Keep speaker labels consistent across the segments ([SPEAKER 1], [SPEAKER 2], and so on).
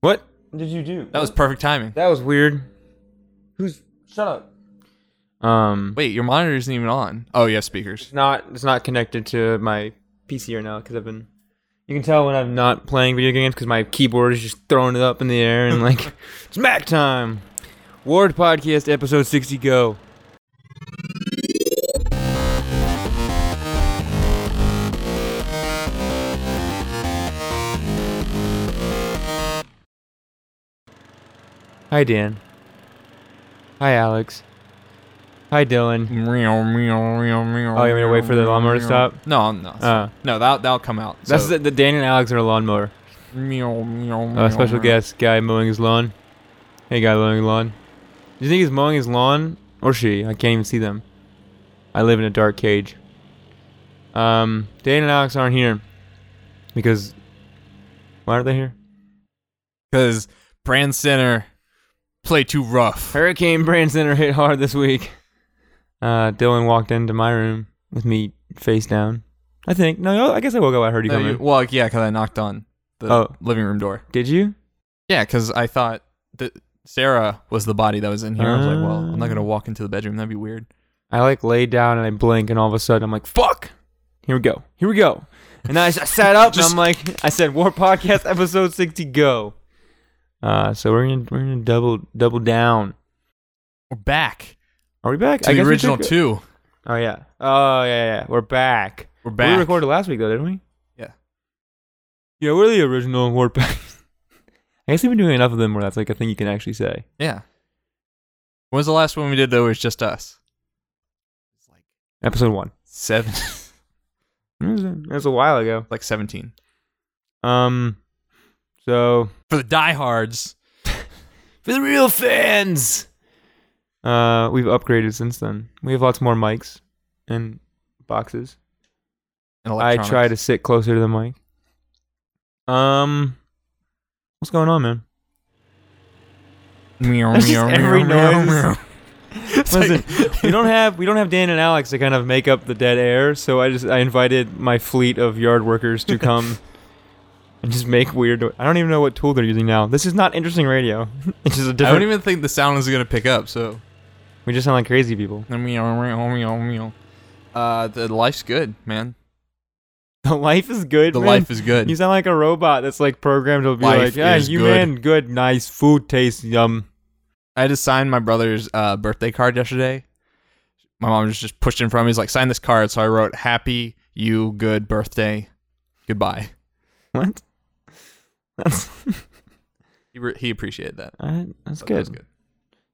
[SPEAKER 1] What?
[SPEAKER 2] What did you do?
[SPEAKER 1] That was perfect timing.
[SPEAKER 2] That was weird. Who's shut up? Um,
[SPEAKER 1] Wait, your monitor isn't even on. Oh, you have speakers.
[SPEAKER 2] it's not it's not connected to my PC right now because I've been. You can tell when I'm not playing video games because my keyboard is just throwing it up in the air and like it's Mac time. Ward Podcast episode sixty go. Hi Dan. Hi Alex. Hi Dylan.
[SPEAKER 1] Oh, you want
[SPEAKER 2] Oh, want me to wait for the lawnmower to stop?
[SPEAKER 1] No, no,
[SPEAKER 2] Uh,
[SPEAKER 1] no. That that'll come out.
[SPEAKER 2] That's
[SPEAKER 1] so-
[SPEAKER 2] the, the Dan and Alex are a lawnmower. Uh, special guest, guy mowing his lawn. Hey, guy mowing his lawn. Do you think he's mowing his lawn or she? I can't even see them. I live in a dark cage. Um, Dan and Alex aren't here because why aren't they here?
[SPEAKER 1] Because Brand Center play too rough.
[SPEAKER 2] Hurricane Brand Center hit hard this week. Uh, Dylan walked into my room with me face down. I think no, I guess I woke up. I heard you
[SPEAKER 1] No,
[SPEAKER 2] coming.
[SPEAKER 1] you- well, yeah, because I knocked on the
[SPEAKER 2] Oh.
[SPEAKER 1] living room door.
[SPEAKER 2] Did you?
[SPEAKER 1] Yeah, because I thought that Sarah was the body that was in here. I was like, well, I'm not
[SPEAKER 2] Ah.
[SPEAKER 1] gonna walk into the bedroom. That'd be weird.
[SPEAKER 2] I like lay down and I blink, and all of a sudden I'm like, "Fuck, here we go, here we go." And I, s- I sat up and
[SPEAKER 1] Just-
[SPEAKER 2] I'm like, "I said War Podcast episode sixty, go." Uh, so we're gonna we're gonna double double down.
[SPEAKER 1] We're back
[SPEAKER 2] Are we back?
[SPEAKER 1] to the
[SPEAKER 2] guess we
[SPEAKER 1] original
[SPEAKER 2] took-
[SPEAKER 1] two.
[SPEAKER 2] Oh yeah. Oh yeah, yeah. We're back.
[SPEAKER 1] We're back.
[SPEAKER 2] We recorded last week though, didn't we?
[SPEAKER 1] Yeah.
[SPEAKER 2] Yeah, we're the original War Podcast. I guess we've been doing enough of them where that's like a thing you can actually say.
[SPEAKER 1] Yeah. When was the last one we did though? It was just us. It's like
[SPEAKER 2] Episode one.
[SPEAKER 1] seven,
[SPEAKER 2] It was a, it was a while ago.
[SPEAKER 1] like seventeen.
[SPEAKER 2] Um. So
[SPEAKER 1] For the diehards,
[SPEAKER 2] for the real fans. Uh, we've upgraded since then. We have lots more mics and boxes.
[SPEAKER 1] and
[SPEAKER 2] I
[SPEAKER 1] electronics.
[SPEAKER 2] try to sit closer to the mic. Um, what's going on, man?
[SPEAKER 1] meow,
[SPEAKER 2] That's just
[SPEAKER 1] meow,
[SPEAKER 2] every
[SPEAKER 1] meow,
[SPEAKER 2] noise.
[SPEAKER 1] meow. It's
[SPEAKER 2] Listen,
[SPEAKER 1] like-
[SPEAKER 2] we don't have we don't have Dan and Alex to kind of make up the dead air, so I just I invited my fleet of yard workers to come and just make weird. I don't even know what tool they're using now. This is not interesting radio. it's just a
[SPEAKER 1] I don't
[SPEAKER 2] different.
[SPEAKER 1] even think the sound is gonna pick up. So
[SPEAKER 2] we just sound like crazy people.
[SPEAKER 1] meow, meow, meow, meow. Uh, the life's good, man.
[SPEAKER 2] The life is good.
[SPEAKER 1] The
[SPEAKER 2] man.
[SPEAKER 1] life is good.
[SPEAKER 2] You sound like a robot that's like programmed to be
[SPEAKER 1] Life
[SPEAKER 2] like, yeah,
[SPEAKER 1] is
[SPEAKER 2] you
[SPEAKER 1] good."
[SPEAKER 2] man, good, nice food tastes yum.
[SPEAKER 1] I had to sign my brother's uh, birthday card yesterday. My mom just just pushed in front of me. He's like, sign this card. So I wrote, "Happy you, good birthday, goodbye."
[SPEAKER 2] What? That's
[SPEAKER 1] He, re- he appreciated that.
[SPEAKER 2] uh, that's
[SPEAKER 1] So
[SPEAKER 2] good.
[SPEAKER 1] that was good.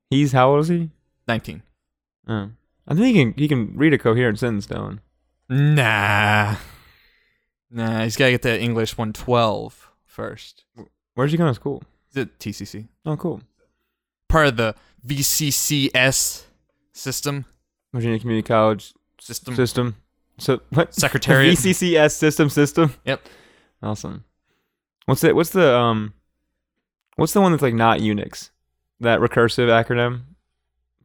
[SPEAKER 2] He's how old is he?
[SPEAKER 1] Nineteen.
[SPEAKER 2] Oh. I think he can he can read a coherent sentence, Dylan.
[SPEAKER 1] Nah. Nah, he's got to get that English 112 first.
[SPEAKER 2] Where's he going to school?
[SPEAKER 1] Is it TCC?
[SPEAKER 2] Oh, cool.
[SPEAKER 1] Part of the VCCS system.
[SPEAKER 2] Virginia Community College
[SPEAKER 1] System.
[SPEAKER 2] system. So what?
[SPEAKER 1] Secretariat.
[SPEAKER 2] VCCS system system.
[SPEAKER 1] Yep.
[SPEAKER 2] Awesome. What's the What's the um? What's the one that's like not Unix? That recursive acronym.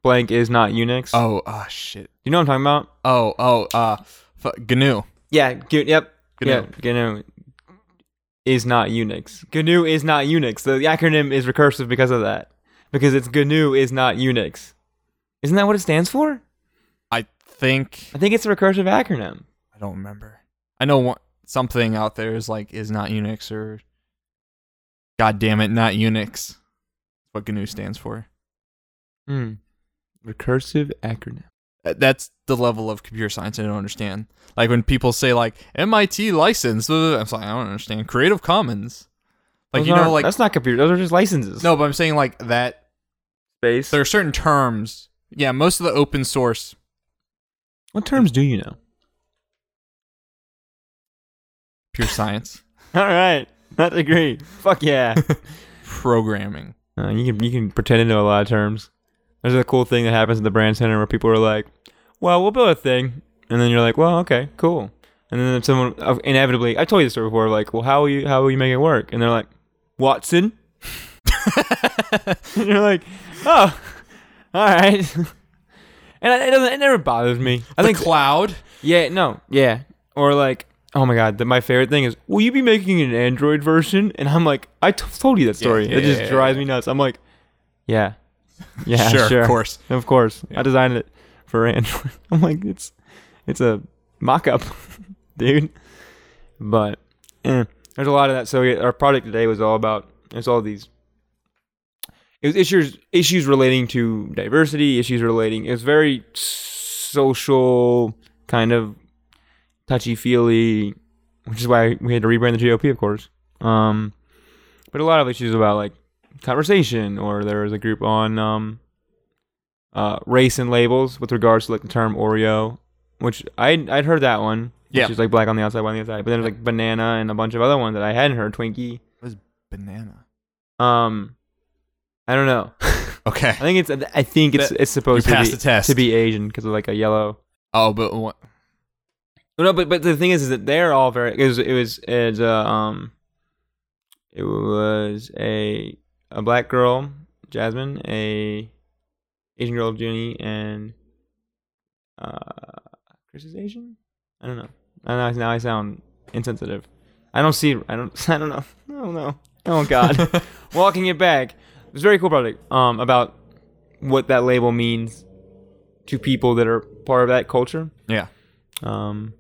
[SPEAKER 2] Blank is not Unix.
[SPEAKER 1] Oh, ah, shit.
[SPEAKER 2] You know what I'm talking about?
[SPEAKER 1] Oh, oh, uh, f- GNU.
[SPEAKER 2] Yeah, GNU. Yep.
[SPEAKER 1] GNU.
[SPEAKER 2] Yeah, GNU is not Unix. GNU is not Unix. The acronym is recursive because of that. Because it's GNU is not Unix. Isn't that what it stands for?
[SPEAKER 1] I think.
[SPEAKER 2] I think it's a recursive acronym.
[SPEAKER 1] I don't remember. I know one, something out there is like, is not Unix or. God damn it, not Unix. What GNU stands for.
[SPEAKER 2] Hmm. Recursive acronym.
[SPEAKER 1] Uh, that's the level of computer science I don't understand. Like when people say like MIT license, blah, blah, blah, I'm just like I don't understand. Creative Commons, like
[SPEAKER 2] Those
[SPEAKER 1] you know,
[SPEAKER 2] aren't-
[SPEAKER 1] like
[SPEAKER 2] that's not computer. Those are just licenses.
[SPEAKER 1] no, but I'm saying like that.
[SPEAKER 2] space.
[SPEAKER 1] There are certain terms. Yeah, most of the open source.
[SPEAKER 2] What terms do you know?
[SPEAKER 1] Pure science
[SPEAKER 2] All right, that degree. Fuck yeah.
[SPEAKER 1] programming.
[SPEAKER 2] Uh, you can you can pretend to know a lot of terms. There's a cool thing that happens at the brand center where people are like, "Well, we'll build a thing," and then you're like, "Well, okay, cool." And then someone uh, inevitably, I told you this story before, like, "Well, how will you how will you make it work?" And they're like, "Watson," and you're like, "Oh, all right." and it doesn't it never bothers me. I
[SPEAKER 1] The
[SPEAKER 2] think
[SPEAKER 1] cloud.
[SPEAKER 2] yeah, no, yeah, or like Oh my god, the, my favorite thing is, will you be making an Android version? And I'm like, I t- told you that story.
[SPEAKER 1] yeah,
[SPEAKER 2] it just
[SPEAKER 1] yeah, yeah,
[SPEAKER 2] drives me nuts. I'm like, yeah, yeah,
[SPEAKER 1] sure,
[SPEAKER 2] sure,
[SPEAKER 1] of course.
[SPEAKER 2] Of course.
[SPEAKER 1] Yeah.
[SPEAKER 2] I designed it for Android. I'm like, it's it's a mock up, dude. But eh, there's a lot of that. So yeah, our project today was all about it's all these it was issues issues relating to diversity, issues relating it was very social kind of touchy feely which is why we had to rebrand the GOP of course. Um but a lot of issues about like conversation or there was a group on um uh, race and labels with regards to like the term Oreo, which I I'd heard that one,
[SPEAKER 1] Yeah.
[SPEAKER 2] which is like black on the outside, white on the inside. But then there's like banana and a bunch of other ones that I hadn't heard. Twinkie.
[SPEAKER 1] Banana.
[SPEAKER 2] Um, I don't know.
[SPEAKER 1] Okay.
[SPEAKER 2] I think it's I think it's it's
[SPEAKER 1] You
[SPEAKER 2] supposed to
[SPEAKER 1] passed the
[SPEAKER 2] be
[SPEAKER 1] test.
[SPEAKER 2] to be Asian because of like a yellow.
[SPEAKER 1] Oh, but what?
[SPEAKER 2] No, but but the thing is, is that they're all very. It was it was it's a um, it was a a black girl, Jasmine, a Asian girl, Junie, and uh, Chris is Asian. I don't know. I know now I sound insensitive. I don't see. I don't. I don't know. I don't know. Oh God. Walking it back. It was a very cool project. Um, about what that label means to people that are part of that culture.
[SPEAKER 1] yeah.
[SPEAKER 2] Um,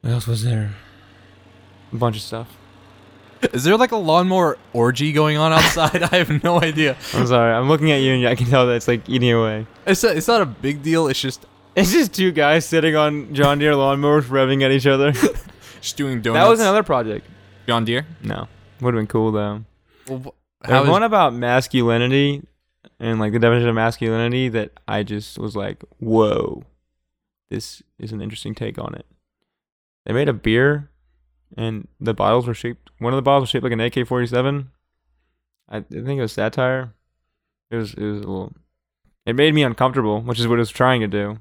[SPEAKER 2] what else was there? A bunch of stuff.
[SPEAKER 1] Is there like a lawnmower orgy going on outside? I have no idea.
[SPEAKER 2] I'm sorry. I'm looking at you, and I can tell that it's like eating away.
[SPEAKER 1] It's a, it's not a big deal. It's just
[SPEAKER 2] It's just two guys sitting on John Deere lawnmowers, revving at each other.
[SPEAKER 1] just doing donuts.
[SPEAKER 2] that was another project.
[SPEAKER 1] John Deere.
[SPEAKER 2] No, would have been cool though.
[SPEAKER 1] Well, wh-
[SPEAKER 2] There's
[SPEAKER 1] how is-
[SPEAKER 2] one about masculinity and like the definition of masculinity that I just was like, whoa, this is an interesting take on it. They made a beer, and the bottles were shaped. One of the bottles was shaped like an AK forty seven. I I think it was satire. It was it was a little. It made me uncomfortable, which is what it was trying to do.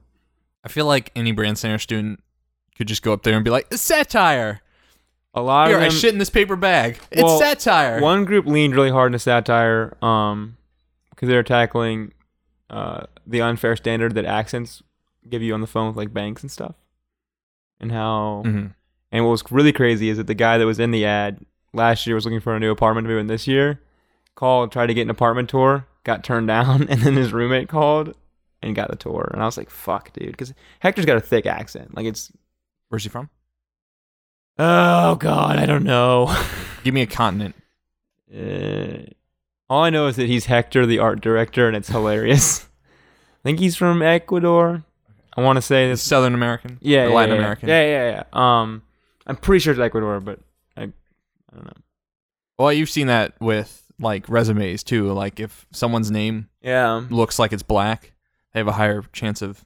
[SPEAKER 1] I feel like any brand center student could just go up there and be like, "It's satire.
[SPEAKER 2] A lot
[SPEAKER 1] Here,
[SPEAKER 2] of
[SPEAKER 1] I
[SPEAKER 2] them,
[SPEAKER 1] shit in this paper bag.
[SPEAKER 2] Well,
[SPEAKER 1] it's satire."
[SPEAKER 2] One group leaned really hard into satire um, because they were tackling uh, the unfair standard that accents give you on the phone with like banks and stuff. And how,
[SPEAKER 1] Mhm.
[SPEAKER 2] and what was really crazy is that the guy that was in the ad last year was looking for a new apartment to move in this year, called, tried to get an apartment tour, got turned down, and then his roommate called and got the tour. And I was like, fuck, dude. Because Hector's got a thick accent. Like, it's,
[SPEAKER 1] Where's he from?
[SPEAKER 2] oh, God, I don't know.
[SPEAKER 1] Give me a continent.
[SPEAKER 2] Uh, all I know is that he's Hector, the art director, and it's hilarious. I think he's from Ecuador. I want to say
[SPEAKER 1] It's
[SPEAKER 2] this.
[SPEAKER 1] Southern American.
[SPEAKER 2] Yeah,
[SPEAKER 1] Or
[SPEAKER 2] yeah,
[SPEAKER 1] Latin
[SPEAKER 2] yeah,
[SPEAKER 1] American.
[SPEAKER 2] Yeah, yeah, yeah. Um, I'm pretty sure it's Ecuador, but I, I don't know.
[SPEAKER 1] Well, you've seen that with like resumes too. Like if someone's name
[SPEAKER 2] Yeah, Um,
[SPEAKER 1] looks like it's black, they have a higher chance of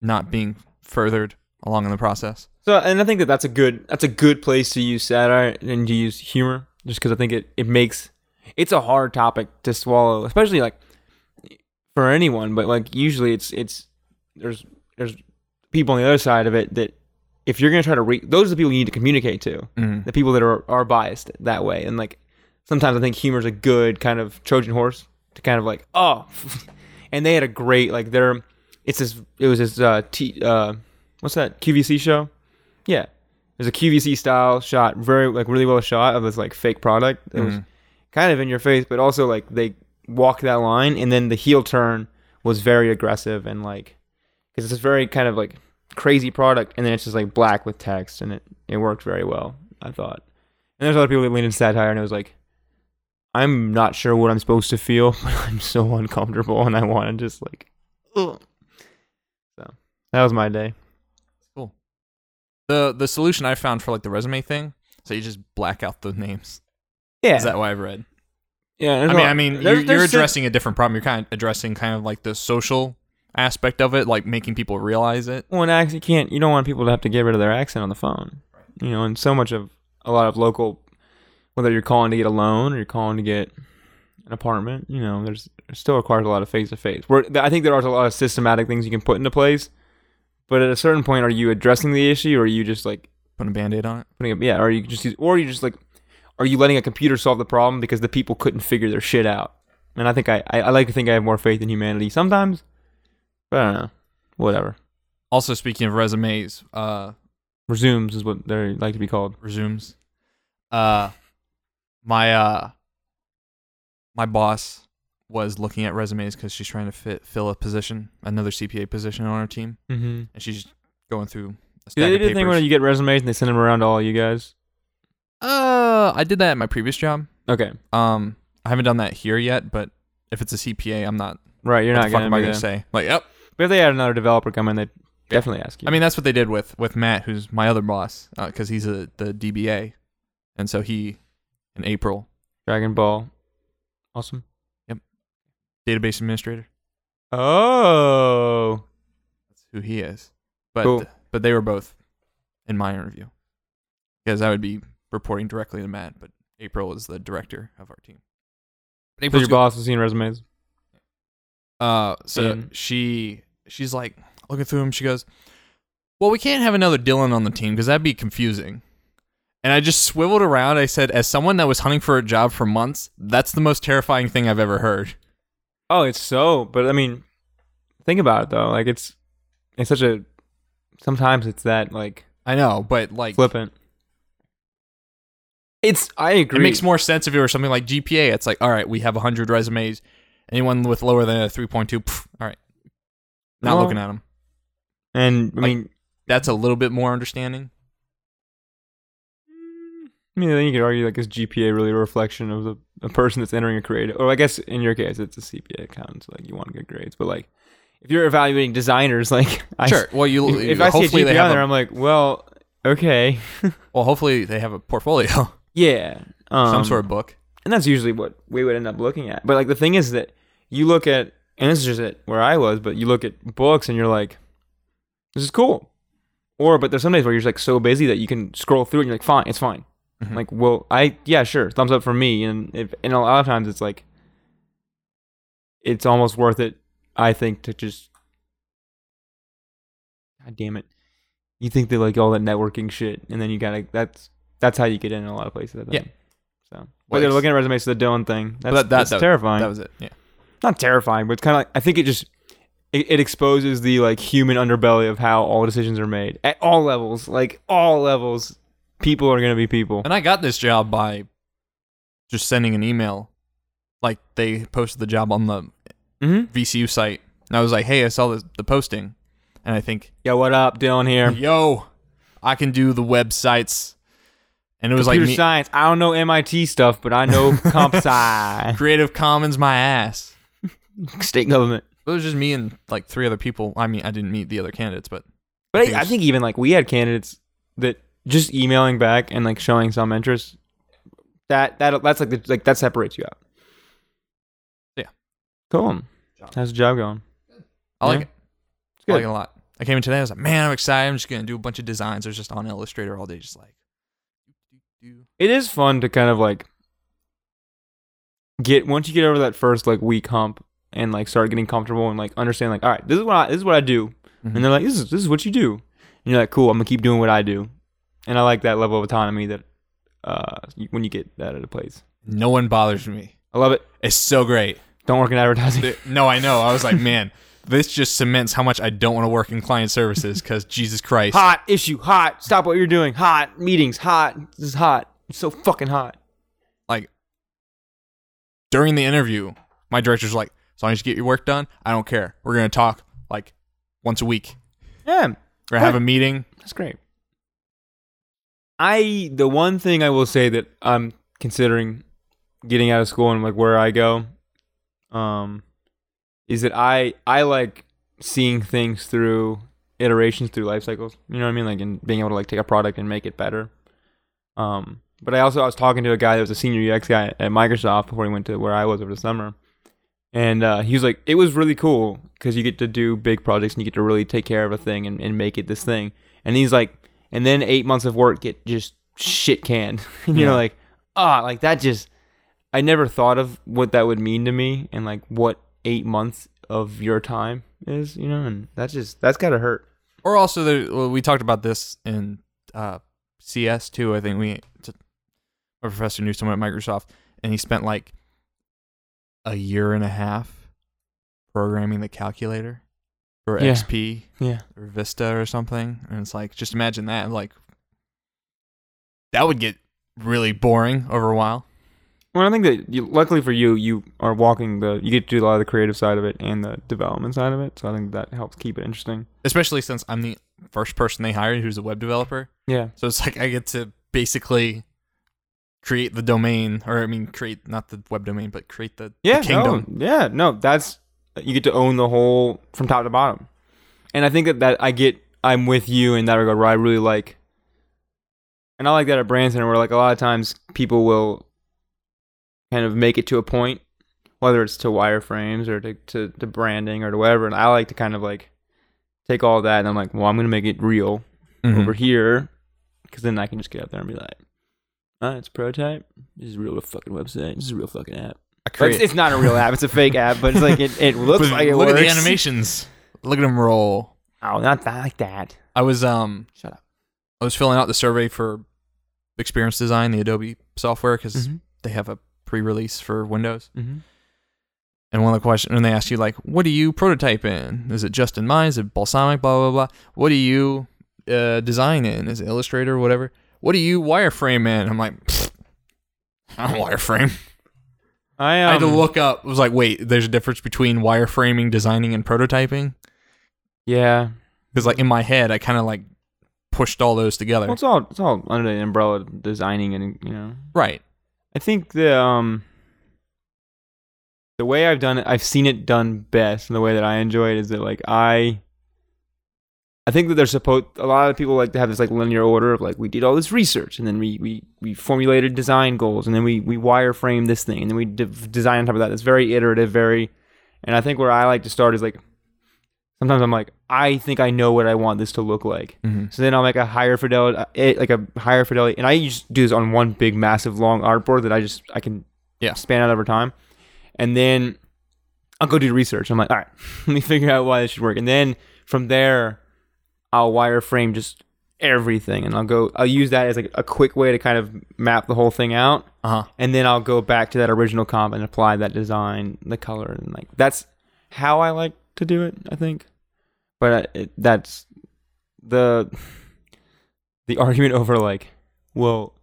[SPEAKER 1] not being furthered along in the process.
[SPEAKER 2] So, and I think that that's a good that's a good place to use satire and to use humor, just because I think it it makes it's a hard topic to swallow, especially like for anyone. But like usually, it's it's there's there's people on the other side of it that if you're gonna try to read, those are the people you need to communicate to,
[SPEAKER 1] Mhm.
[SPEAKER 2] the people that are are biased that way, and like sometimes I think humor is a good kind of Trojan horse to kind of like oh, and they had a great like their it's this it was this uh t uh what's that QVC show? Yeah. There's a QVC style shot, very like really well shot of this like fake product. It was
[SPEAKER 1] Mhm.
[SPEAKER 2] kind of in your face, but also like they walked that line, and then the heel turn was very aggressive and like because it's this very kind of like crazy product, and then it's just like black with text, and it it worked very well, I thought. And there's other people that leaned into satire, and it was like, I'm not sure what I'm supposed to feel, but I'm so uncomfortable, and I want to just like, ugh. so that was my day.
[SPEAKER 1] The the solution I found for like the resume thing, so you just black out the names.
[SPEAKER 2] Yeah,
[SPEAKER 1] Is that what I've read?
[SPEAKER 2] Yeah,
[SPEAKER 1] I mean, I mean,
[SPEAKER 2] there's-
[SPEAKER 1] you're, you're
[SPEAKER 2] there's cer-
[SPEAKER 1] addressing a different problem. You're kind of addressing kind of like the social aspect of it, like making people realize it.
[SPEAKER 2] Well, an accent can't. You don't want people to have to get rid of their accent on the phone. You know, and so much of a lot of local, whether you're calling to get a loan or you're calling to get an apartment, you know, there's it still requires a lot of face to face. Where I think there are a lot of systematic things you can put into place, but at a certain point, are you addressing the issue or are you just like
[SPEAKER 1] Put a band-aid on it.
[SPEAKER 2] putting up? Yeah, or you just use, or you just like, are you letting a computer solve the problem because the people couldn't figure their shit out? And I think I I, I like to think I have more faith in humanity sometimes, but I don't know, whatever.
[SPEAKER 1] Also, speaking of resumes, uh,
[SPEAKER 2] Resumes is what they like to be called.
[SPEAKER 1] resumes. Uh, my uh, my boss was looking at resumes because she's trying to fit fill a position, another CPA position on our team,
[SPEAKER 2] Mm-hmm.
[SPEAKER 1] and she's going through.
[SPEAKER 2] Do
[SPEAKER 1] A stack
[SPEAKER 2] they
[SPEAKER 1] of
[SPEAKER 2] do the thing where
[SPEAKER 1] papers.
[SPEAKER 2] you get resumes and they send them around to all you guys?
[SPEAKER 1] uh, I did that at my previous job.
[SPEAKER 2] Okay,
[SPEAKER 1] Um, I haven't done that here yet, but if it's a CPA, I'm not.
[SPEAKER 2] right. You're
[SPEAKER 1] what
[SPEAKER 2] not
[SPEAKER 1] the fuck
[SPEAKER 2] gonna.
[SPEAKER 1] am I
[SPEAKER 2] be
[SPEAKER 1] gonna
[SPEAKER 2] the-
[SPEAKER 1] say? Like, oh, yep.
[SPEAKER 2] But if they had another developer come in, they'd definitely ask you.
[SPEAKER 1] I mean, that's what they did with with Matt, who's my other boss, because he's a the DBA, and so he in April
[SPEAKER 2] Dragon Ball. Awesome.
[SPEAKER 1] database administrator.
[SPEAKER 2] Oh.
[SPEAKER 1] That's who he is. But
[SPEAKER 2] Cool.
[SPEAKER 1] but they were both in my interview because I would be reporting directly to Matt, but April is the director of our team. But
[SPEAKER 2] So
[SPEAKER 1] April's
[SPEAKER 2] your boss has seen resumes.
[SPEAKER 1] Uh, so
[SPEAKER 2] And-
[SPEAKER 1] she she's like looking through him. She goes, "Well, we can't have another Dylan on the team because that'd be confusing." And I just swiveled around. I said, as someone that was hunting for a job for months, that's the most terrifying thing I've ever heard.
[SPEAKER 2] Oh, it's so. But I mean, think about it though. Like it's, it's such a. Sometimes it's that like
[SPEAKER 1] I know, but like,
[SPEAKER 2] flippant. It's. I
[SPEAKER 1] it
[SPEAKER 2] agree.
[SPEAKER 1] makes more sense if it were something like GPA. It's like, all right, we have 100 resumes. Anyone with lower than a 3.2, pff, all right, not
[SPEAKER 2] Well-
[SPEAKER 1] looking at them.
[SPEAKER 2] And I
[SPEAKER 1] like-
[SPEAKER 2] mean,
[SPEAKER 1] That's a little bit more understanding.
[SPEAKER 2] I mean, then you could argue like is GPA really a reflection of the a person that's entering a creative? Or I guess in your case, it's a CPA account, so like you want good grades. But like, if you're evaluating designers, like I,
[SPEAKER 1] sure. Well, you
[SPEAKER 2] if, if I see a
[SPEAKER 1] hopefully
[SPEAKER 2] GPA
[SPEAKER 1] they
[SPEAKER 2] on
[SPEAKER 1] have
[SPEAKER 2] there,
[SPEAKER 1] a,
[SPEAKER 2] I'm like, well, okay,
[SPEAKER 1] well, hopefully they have a portfolio,
[SPEAKER 2] yeah, um,
[SPEAKER 1] some sort of book.
[SPEAKER 2] and that's usually what we would end up looking at. But like the thing is that you look at, and this is just at where I was, but you look at books and you're like, this is cool. Or but there's some days where you're just like so busy that you can scroll through it and you're like, fine, it's fine.
[SPEAKER 1] Mhm.
[SPEAKER 2] Like, well, I yeah, sure, thumbs up for me. And if, and a lot of times it's like, it's almost worth it, I think, to just. God damn it, you think they like all that networking shit, and then you gotta that's that's how you get in a lot of places. I think.
[SPEAKER 1] Yeah.
[SPEAKER 2] So, but
[SPEAKER 1] Well,
[SPEAKER 2] they're
[SPEAKER 1] it's-
[SPEAKER 2] looking at resumes to the Dylan thing. That's,
[SPEAKER 1] that- that-
[SPEAKER 2] that's terrifying.
[SPEAKER 1] That was it. Yeah.
[SPEAKER 2] Not terrifying, but it's kind of like I think it just it, it exposes the like human underbelly of how all decisions are made at all levels. Like all levels, people are gonna be people.
[SPEAKER 1] And I got this job by just sending an email. Like they posted the job on the
[SPEAKER 2] Mm-hmm.
[SPEAKER 1] VCU site, and I was like, "Hey, I saw the, the posting, and I think,
[SPEAKER 2] Yo, what up, Dylan here?
[SPEAKER 1] yo, I can do the websites." And it was
[SPEAKER 2] Computer
[SPEAKER 1] like me-
[SPEAKER 2] science. I don't know MIT stuff, but I know comp sci,
[SPEAKER 1] Creative Commons, my ass.
[SPEAKER 2] state government.
[SPEAKER 1] It was just me and like three other people. I mean, I didn't meet the other candidates, but
[SPEAKER 2] But
[SPEAKER 1] Things.
[SPEAKER 2] I, I think even like we had candidates that just emailing back and like showing some interest. That that that's like the, like that separates you out.
[SPEAKER 1] Yeah.
[SPEAKER 2] Cool.
[SPEAKER 1] Job.
[SPEAKER 2] How's the job going?
[SPEAKER 1] I like
[SPEAKER 2] Yeah.
[SPEAKER 1] it.
[SPEAKER 2] It's good.
[SPEAKER 1] I like it a lot. I came in today. I was like, "Man, I'm excited. I'm just gonna do a bunch of designs. I was just on Illustrator all day, just like." do,
[SPEAKER 2] it is fun to kind of like get once you get over that first like week hump and like start getting comfortable and like understand like all right this is what I, this is what I do
[SPEAKER 1] do.
[SPEAKER 2] and they're like this is this is what you do and you're like cool I'm gonna keep doing what I do and I like that level of autonomy that uh you- when you get that at a place
[SPEAKER 1] no one bothers me.
[SPEAKER 2] I love it
[SPEAKER 1] It's so great.
[SPEAKER 2] don't work in advertising
[SPEAKER 1] Th- No, I know. I was like, man, this just cements how much I don't want to work in client services because Jesus Christ.
[SPEAKER 2] hot issue hot stop what you're doing hot meetings hot this is hot it's so fucking hot
[SPEAKER 1] Like, during the interview, my director's like, as long as you get your work done, I don't care. We're going to talk like once a week.
[SPEAKER 2] yeah
[SPEAKER 1] We're going to have a meeting.
[SPEAKER 2] That's great. I the one thing I will say that I'm considering getting out of school and like where I go, um, is that I I like seeing things through iterations through life cycles. You know what I mean? Like and being able to like take a product and make it better. Um, but I also I was talking to a guy that was a senior UX guy at Microsoft before he went to where I was over the summer, and uh, he was like, it was really cool because you get to do big projects and you get to really take care of a thing and, and make it this thing. And he's like, and then eight months of work get just shit canned. you
[SPEAKER 1] Yeah.
[SPEAKER 2] know, like ah, like that just I never thought of what that would mean to me and like what eight months of your time is. You know, and that's just that's gotta hurt.
[SPEAKER 1] Or also, there, well, we talked about this in uh, CS too. I think we, t- my professor knew someone at Microsoft, and he spent like a year and a half programming the calculator. or
[SPEAKER 2] Yeah.
[SPEAKER 1] XP
[SPEAKER 2] Yeah.
[SPEAKER 1] or Vista or something. And it's like, just imagine that. Like, that would get really boring over a while.
[SPEAKER 2] Well, I think that you, luckily for you, you are walking the. You get to do a lot of the creative side of it and the development side of it. So I think that helps keep it interesting.
[SPEAKER 1] Especially since I'm the first person they hired who's a web developer.
[SPEAKER 2] Yeah.
[SPEAKER 1] So it's like I get to basically create the domain, or I mean, create not the web domain, but create the, the
[SPEAKER 2] Yeah.
[SPEAKER 1] kingdom.
[SPEAKER 2] No, yeah. No, that's you get to own the whole from top to bottom, and I think that that I get. I'm with you in that regard. Where I really like, and I like that at Branson, where like a lot of times people will kind of make it to a point, whether it's to wireframes or to to, to branding or to whatever. And I like to kind of like take all that and I'm like, well, I'm gonna make it real. over here, because then I can just get out there and be like, uh, it's a prototype. This is a real fucking website. This is a real fucking app.
[SPEAKER 1] I
[SPEAKER 2] But
[SPEAKER 1] create-
[SPEAKER 2] it's, it's not a real app. It's a fake app, but it's like it, it looks
[SPEAKER 1] But
[SPEAKER 2] like it
[SPEAKER 1] look
[SPEAKER 2] works.
[SPEAKER 1] at the animations. Look at them roll.
[SPEAKER 2] Oh, not that like that.
[SPEAKER 1] I was um
[SPEAKER 2] Shut up.
[SPEAKER 1] I was filling out the survey for experience design, the Adobe software, because
[SPEAKER 2] Mm-hmm.
[SPEAKER 1] they have a pre-release for Windows. And one of the questions, and they ask you like, "What do you prototype in? Is it just in mind? Is it balsamic? Blah blah blah. What do you uh, design in? Is it Illustrator? Whatever. What do you wireframe in?" I'm like, "Pfft, "I don't wireframe."
[SPEAKER 2] I, um,
[SPEAKER 1] I had to look up. I was like, "Wait, there's a difference between wireframing, designing, and prototyping."
[SPEAKER 2] Yeah,
[SPEAKER 1] Because like in my head, I kind of like pushed all those together.
[SPEAKER 2] well, it's all it's all under the umbrella of designing and you know.
[SPEAKER 1] right.
[SPEAKER 2] I think the um the way I've done it, I've seen it done best, and the way that I enjoy it is that like I I think that they're supposed a lot of people like to have this like linear order of like we did all this research and then we we we formulated design goals and then we we wireframe this thing and then we de- design on top of that. It's very iterative, very and I think where I like to start is like sometimes I'm like I think I know what I want this to look like.
[SPEAKER 1] Mm-hmm.
[SPEAKER 2] So then I'll make a higher fidelity, uh, eh, like a higher fidelity, and I just do this on one big, massive, long artboard that I just I can
[SPEAKER 1] Yeah.
[SPEAKER 2] span out over time, and then I'll go do research. I'm like, all right, let me figure out why this should work, and then from there, I'll wireframe just everything, and I'll go I'll use that as like a quick way to kind of map the whole thing out,
[SPEAKER 1] Uh huh.
[SPEAKER 2] and then I'll go back to that original comp and apply that design, the color, and like that's how I like to do it. I think, but I, it, that's the the argument over like, well,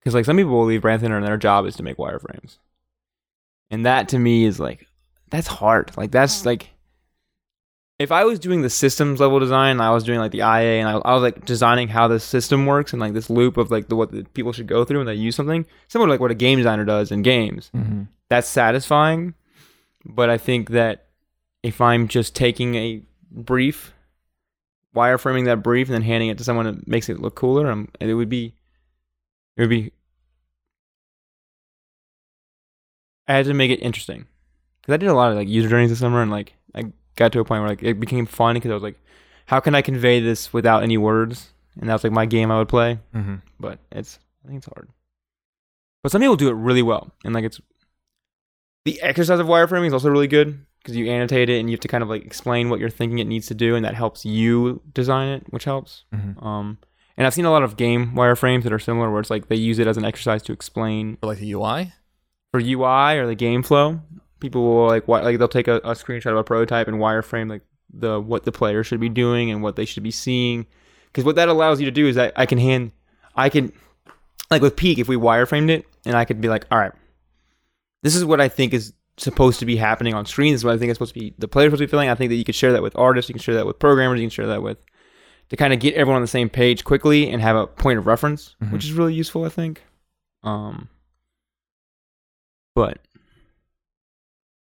[SPEAKER 2] because like some people will leave Branson and their job is to make wireframes, and that to me is like that's hard. Like that's like. If I was doing the systems level design, I was doing like the IA, and I, I was like designing how this system works and like this loop of like the what the people should go through when they use something, similar to like what a game designer does in games.
[SPEAKER 1] Mm-hmm.
[SPEAKER 2] That's satisfying, but I think that if I'm just taking a brief, wireframing that brief, and then handing it to someone that makes it look cooler, i it would be, it would be. I had to make it interesting because I did a lot of like user journeys this summer, and like I got to a point where like it became fun because I was like, how can I convey this without any words? And that was like my game I would play
[SPEAKER 1] Mm-hmm.
[SPEAKER 2] but it's I think it's hard. But some people do it really well, and like it's the exercise of wireframing is also really good because you annotate it and you have to kind of like explain what you're thinking it needs to do, and that helps you design it, which helps.
[SPEAKER 1] Mhm.
[SPEAKER 2] Um, and I've seen a lot of game wireframes that are similar, where it's like they use it as an exercise to explain
[SPEAKER 1] Or like the UI.
[SPEAKER 2] for UI or the game flow. People will like wi- like they'll take a, a screenshot of a prototype and wireframe like the what the player should be doing and what they should be seeing. Because what that allows you to do is that I can hand I can like with Peak if we wireframed it and I could be like, all right, this is what I think is supposed to be happening on screen. This is what I think is supposed to be the player's supposed to be feeling. I think that you could share that with artists, you can share that with programmers, you can share that with to kind of get everyone on the same page quickly and have a point of reference,
[SPEAKER 1] Mhm.
[SPEAKER 2] which is really useful, I think. Um, but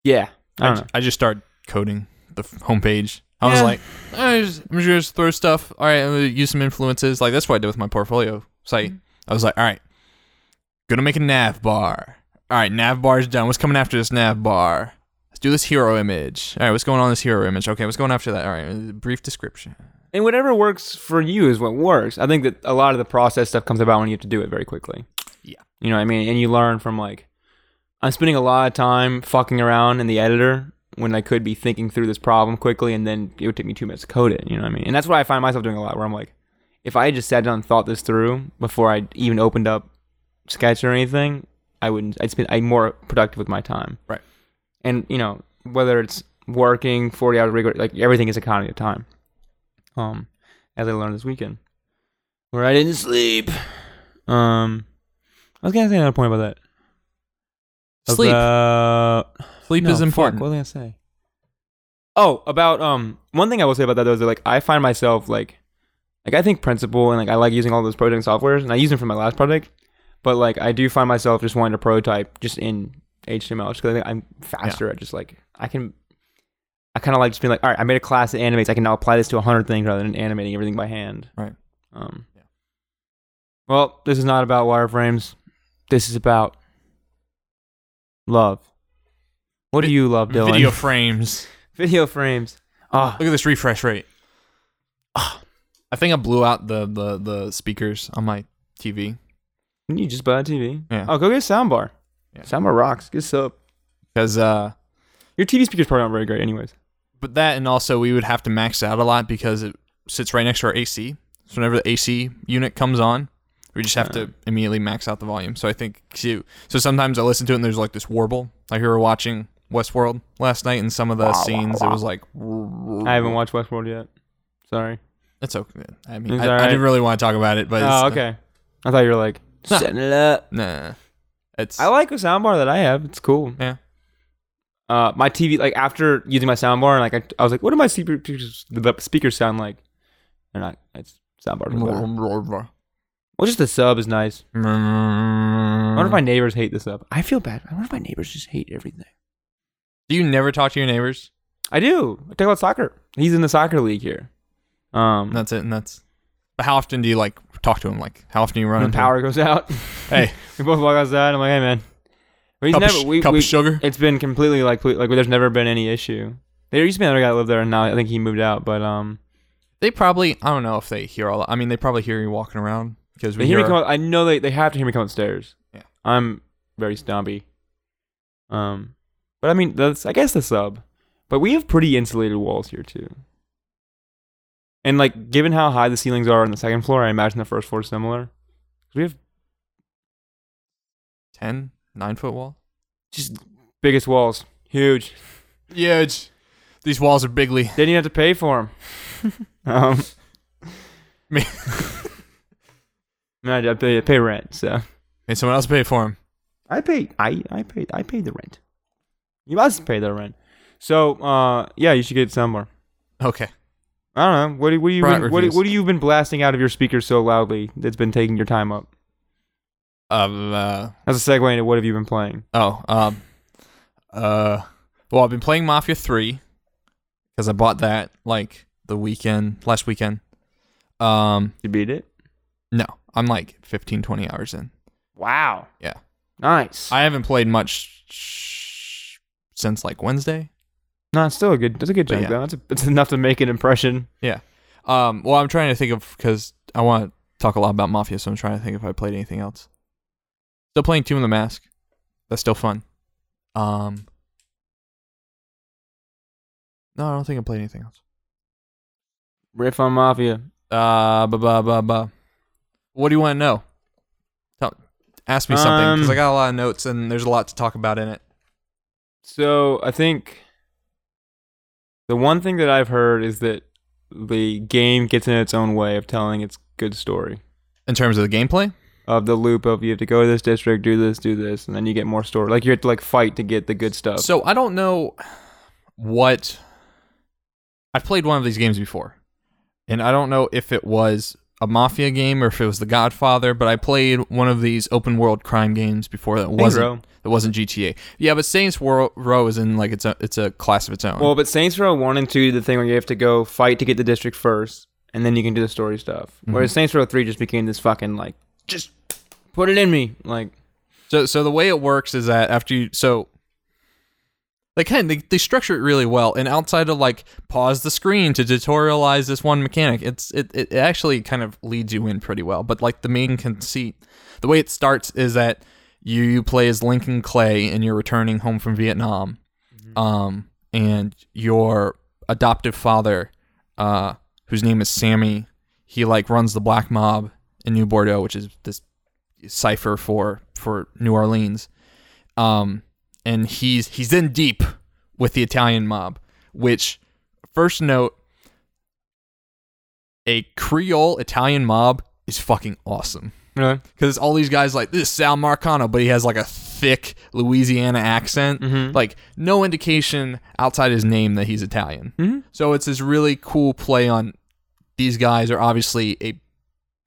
[SPEAKER 2] yeah, I don't
[SPEAKER 1] ju-
[SPEAKER 2] know.
[SPEAKER 1] just started coding the f- homepage. I was
[SPEAKER 2] Yeah.
[SPEAKER 1] like, I just, I'm just gonna just throw stuff. All right, I'm gonna use some influences. Like that's what I did with my portfolio site.
[SPEAKER 2] Mm-hmm.
[SPEAKER 1] I was like, all right, gonna make a nav bar. All right, nav bar's done. What's coming after this nav bar? Let's do this hero image. All right, what's going on this hero image? Okay, what's going after that? All right, uh, brief description.
[SPEAKER 2] And whatever works for you is what works. I think that a lot of the process stuff comes about when you have to do it very quickly.
[SPEAKER 1] Yeah.
[SPEAKER 2] You know what I mean? And you learn from like, I'm spending a lot of time fucking around in the editor when I could be thinking through this problem quickly and then it would take me two minutes to code it. You know what I mean? And that's what I find myself doing a lot where I'm like, if I had just sat down and thought this through before I even opened up Sketch or anything, I wouldn't, I'd spend, I'm more productive with my time.
[SPEAKER 1] Right.
[SPEAKER 2] And, you know, whether it's working 40 hours a week, like everything is economy of time. Um, as I learned this weekend, where I didn't sleep. Um, I was gonna say another point about that.
[SPEAKER 1] Sleep.
[SPEAKER 2] About-
[SPEAKER 1] Sleep
[SPEAKER 2] uh, no,
[SPEAKER 1] is
[SPEAKER 2] fuck,
[SPEAKER 1] important.
[SPEAKER 2] what was I gonna say? Oh, about um, one thing I will say about that though is that like I find myself like, like I think principle and like I like using all those prototyping softwares and I use them for my last project, but like I do find myself just wanting to prototype just in HTML just because I'm faster at just like I can. I kind of like just being like, all right, I made a class that animates. I can now apply this to hundred things rather than animating everything by hand.
[SPEAKER 1] Right.
[SPEAKER 2] Um.
[SPEAKER 1] Yeah.
[SPEAKER 2] Well, this is not about wireframes. This is about love. What do
[SPEAKER 1] Vi-
[SPEAKER 2] you love, Dylan?
[SPEAKER 1] Video frames.
[SPEAKER 2] Video frames. Ah,
[SPEAKER 1] Look at this refresh rate. Ah. I think I blew out the, the, the speakers on my TV.
[SPEAKER 2] can you just buy a TV?
[SPEAKER 1] Yeah.
[SPEAKER 2] Oh, go get a soundbar.
[SPEAKER 1] Yeah.
[SPEAKER 2] Soundbar rocks. Good stuff.
[SPEAKER 1] Because uh,
[SPEAKER 2] Your TV speaker's probably not very great, anyways.
[SPEAKER 1] but that and also we would have to max out a lot because it sits right next to our AC. So whenever the AC unit comes on, we just have
[SPEAKER 2] Yeah.
[SPEAKER 1] to immediately max out the volume. So I think cute. So sometimes I listen to it and there's like this warble. Like we were watching Westworld last night, and some of the scenes it was like
[SPEAKER 2] I haven't watched Westworld yet. Sorry.
[SPEAKER 1] It's okay. I mean,
[SPEAKER 2] It's
[SPEAKER 1] I, I
[SPEAKER 2] alright.
[SPEAKER 1] didn't really want to talk about it, but
[SPEAKER 2] Oh,
[SPEAKER 1] it's,
[SPEAKER 2] okay. I thought you were like
[SPEAKER 1] Huh.
[SPEAKER 2] setting it up.
[SPEAKER 1] Nah, it's
[SPEAKER 2] I like the soundbar that I have. It's cool.
[SPEAKER 1] Yeah.
[SPEAKER 2] Uh, my TV, like after using my soundbar, and like I, I was like, what do my speaker, speakers- the speakers sound like? They're not. It's soundbar. Well, just the sub is nice. I wonder if my
[SPEAKER 1] Mm-hmm.
[SPEAKER 2] neighbors hate the sub. I feel bad. I wonder if my neighbors just hate everything.
[SPEAKER 1] Do you never talk to your neighbors?
[SPEAKER 2] I do. I talk about soccer. He's in the soccer league here. Um,
[SPEAKER 1] And that's it, and that's. But how often do you like talk to them? Like how often do you run
[SPEAKER 2] when
[SPEAKER 1] into
[SPEAKER 2] the
[SPEAKER 1] 'em?
[SPEAKER 2] power goes out,
[SPEAKER 1] Hey,
[SPEAKER 2] we both walk outside. I'm like, hey man, But he's
[SPEAKER 1] cup,
[SPEAKER 2] never.
[SPEAKER 1] of, sh-
[SPEAKER 2] we,
[SPEAKER 1] cup
[SPEAKER 2] we,
[SPEAKER 1] of sugar.
[SPEAKER 2] it's been completely like ple- like there's never been any issue. There used to be another guy that lived there, and now I think he moved out. But um,
[SPEAKER 1] They probably. I don't know if they hear all. that. I mean, they probably hear you walking around because
[SPEAKER 2] they
[SPEAKER 1] we
[SPEAKER 2] hear
[SPEAKER 1] hear.
[SPEAKER 2] me come. Up, I know they, they have to hear me come upstairs.
[SPEAKER 1] Yeah.
[SPEAKER 2] I'm very stompy. Um, but I mean that's I guess the sub, but we have pretty insulated walls here too. And like given how high the ceilings are on the second floor, I imagine the first floor is similar. We have
[SPEAKER 1] ten nine foot wall.
[SPEAKER 2] just biggest walls, huge.
[SPEAKER 1] Yeah, it's, these walls are bigly.
[SPEAKER 2] They didn't have to pay for them. um,
[SPEAKER 1] Me-
[SPEAKER 2] no, I pay, I pay rent, so
[SPEAKER 1] And someone else paid for them.
[SPEAKER 2] I pay. I I pay. I pay the rent. You must pay the rent. So, uh, yeah, you should get somewhere.
[SPEAKER 1] Okay.
[SPEAKER 2] I don't know. What do, what do you
[SPEAKER 1] Product
[SPEAKER 2] been, what, do-
[SPEAKER 1] reviews.
[SPEAKER 2] what do you been blasting out of your speakers so loudly that's been taking your time up?
[SPEAKER 1] Um. Uh,
[SPEAKER 2] That's a segue into what have you been playing?
[SPEAKER 1] Oh, um, uh, well, I've been playing Mafia Three because I bought that like the weekend last weekend. Um,
[SPEAKER 2] You beat it.
[SPEAKER 1] no, I'm like 15, 20 hours in.
[SPEAKER 2] Wow.
[SPEAKER 1] Yeah.
[SPEAKER 2] Nice.
[SPEAKER 1] I haven't played much since like Wednesday.
[SPEAKER 2] no, it's still a good. That's a good
[SPEAKER 1] But
[SPEAKER 2] job
[SPEAKER 1] yeah.
[SPEAKER 2] though. That's, a, that's enough to make an impression.
[SPEAKER 1] Um, well, I'm trying to think of because I want to talk a lot about Mafia, so I'm trying to think if I played anything else. Still playing Tomb of the Mask. That's still fun. Um, no, I don't think I played anything else.
[SPEAKER 2] Riff on Mafia.
[SPEAKER 1] Uh, ba ba ba ba. What do you want to know? Tell, ask me something because
[SPEAKER 2] Um,
[SPEAKER 1] I got a lot of notes and there's a lot to talk about in it.
[SPEAKER 2] So I think the one thing that I've heard is that the game gets in its own way of telling its good story.
[SPEAKER 1] In terms of the gameplay,
[SPEAKER 2] Of the loop of you have to go to this district, do this, do this, and then you get more story. Like you have to like fight to get the good stuff.
[SPEAKER 1] so I don't know what I've played one of these games before, and I don't know if it was a mafia game or if it was The Godfather, but I played one of these open world crime games before that wasn't that wasn't GTA. Yeah, but Saints Row Row is in like it's a it's a class of its own.
[SPEAKER 2] Well, but Saints Row one and two, the thing where you have to go fight to get the district first, and then you can do the story stuff. Whereas Saints Row three just became this fucking like just put it in me. Like
[SPEAKER 1] So so the way it works is that after you so they kind of they, they structure it really well and outside of like pause the screen to tutorialize this one mechanic it's it, it actually kind of leads you in pretty well but like the main conceit the way it starts is that you you play as Lincoln Clay and you're returning home from Vietnam um and your adoptive father uh whose name is Sammy he like runs the black mob in New Bordeaux which is this cipher for for New Orleans. Um, and he's he's in deep with the Italian mob. which, first note, a Creole Italian mob is fucking awesome.
[SPEAKER 2] Really?
[SPEAKER 1] Because it's all these guys like, this is Sal Marcano, but he has like a thick Louisiana accent.
[SPEAKER 2] Mm-hmm.
[SPEAKER 1] Like, no indication outside his name that he's Italian.
[SPEAKER 2] Mm-hmm.
[SPEAKER 1] So it's this really cool play on these guys are obviously a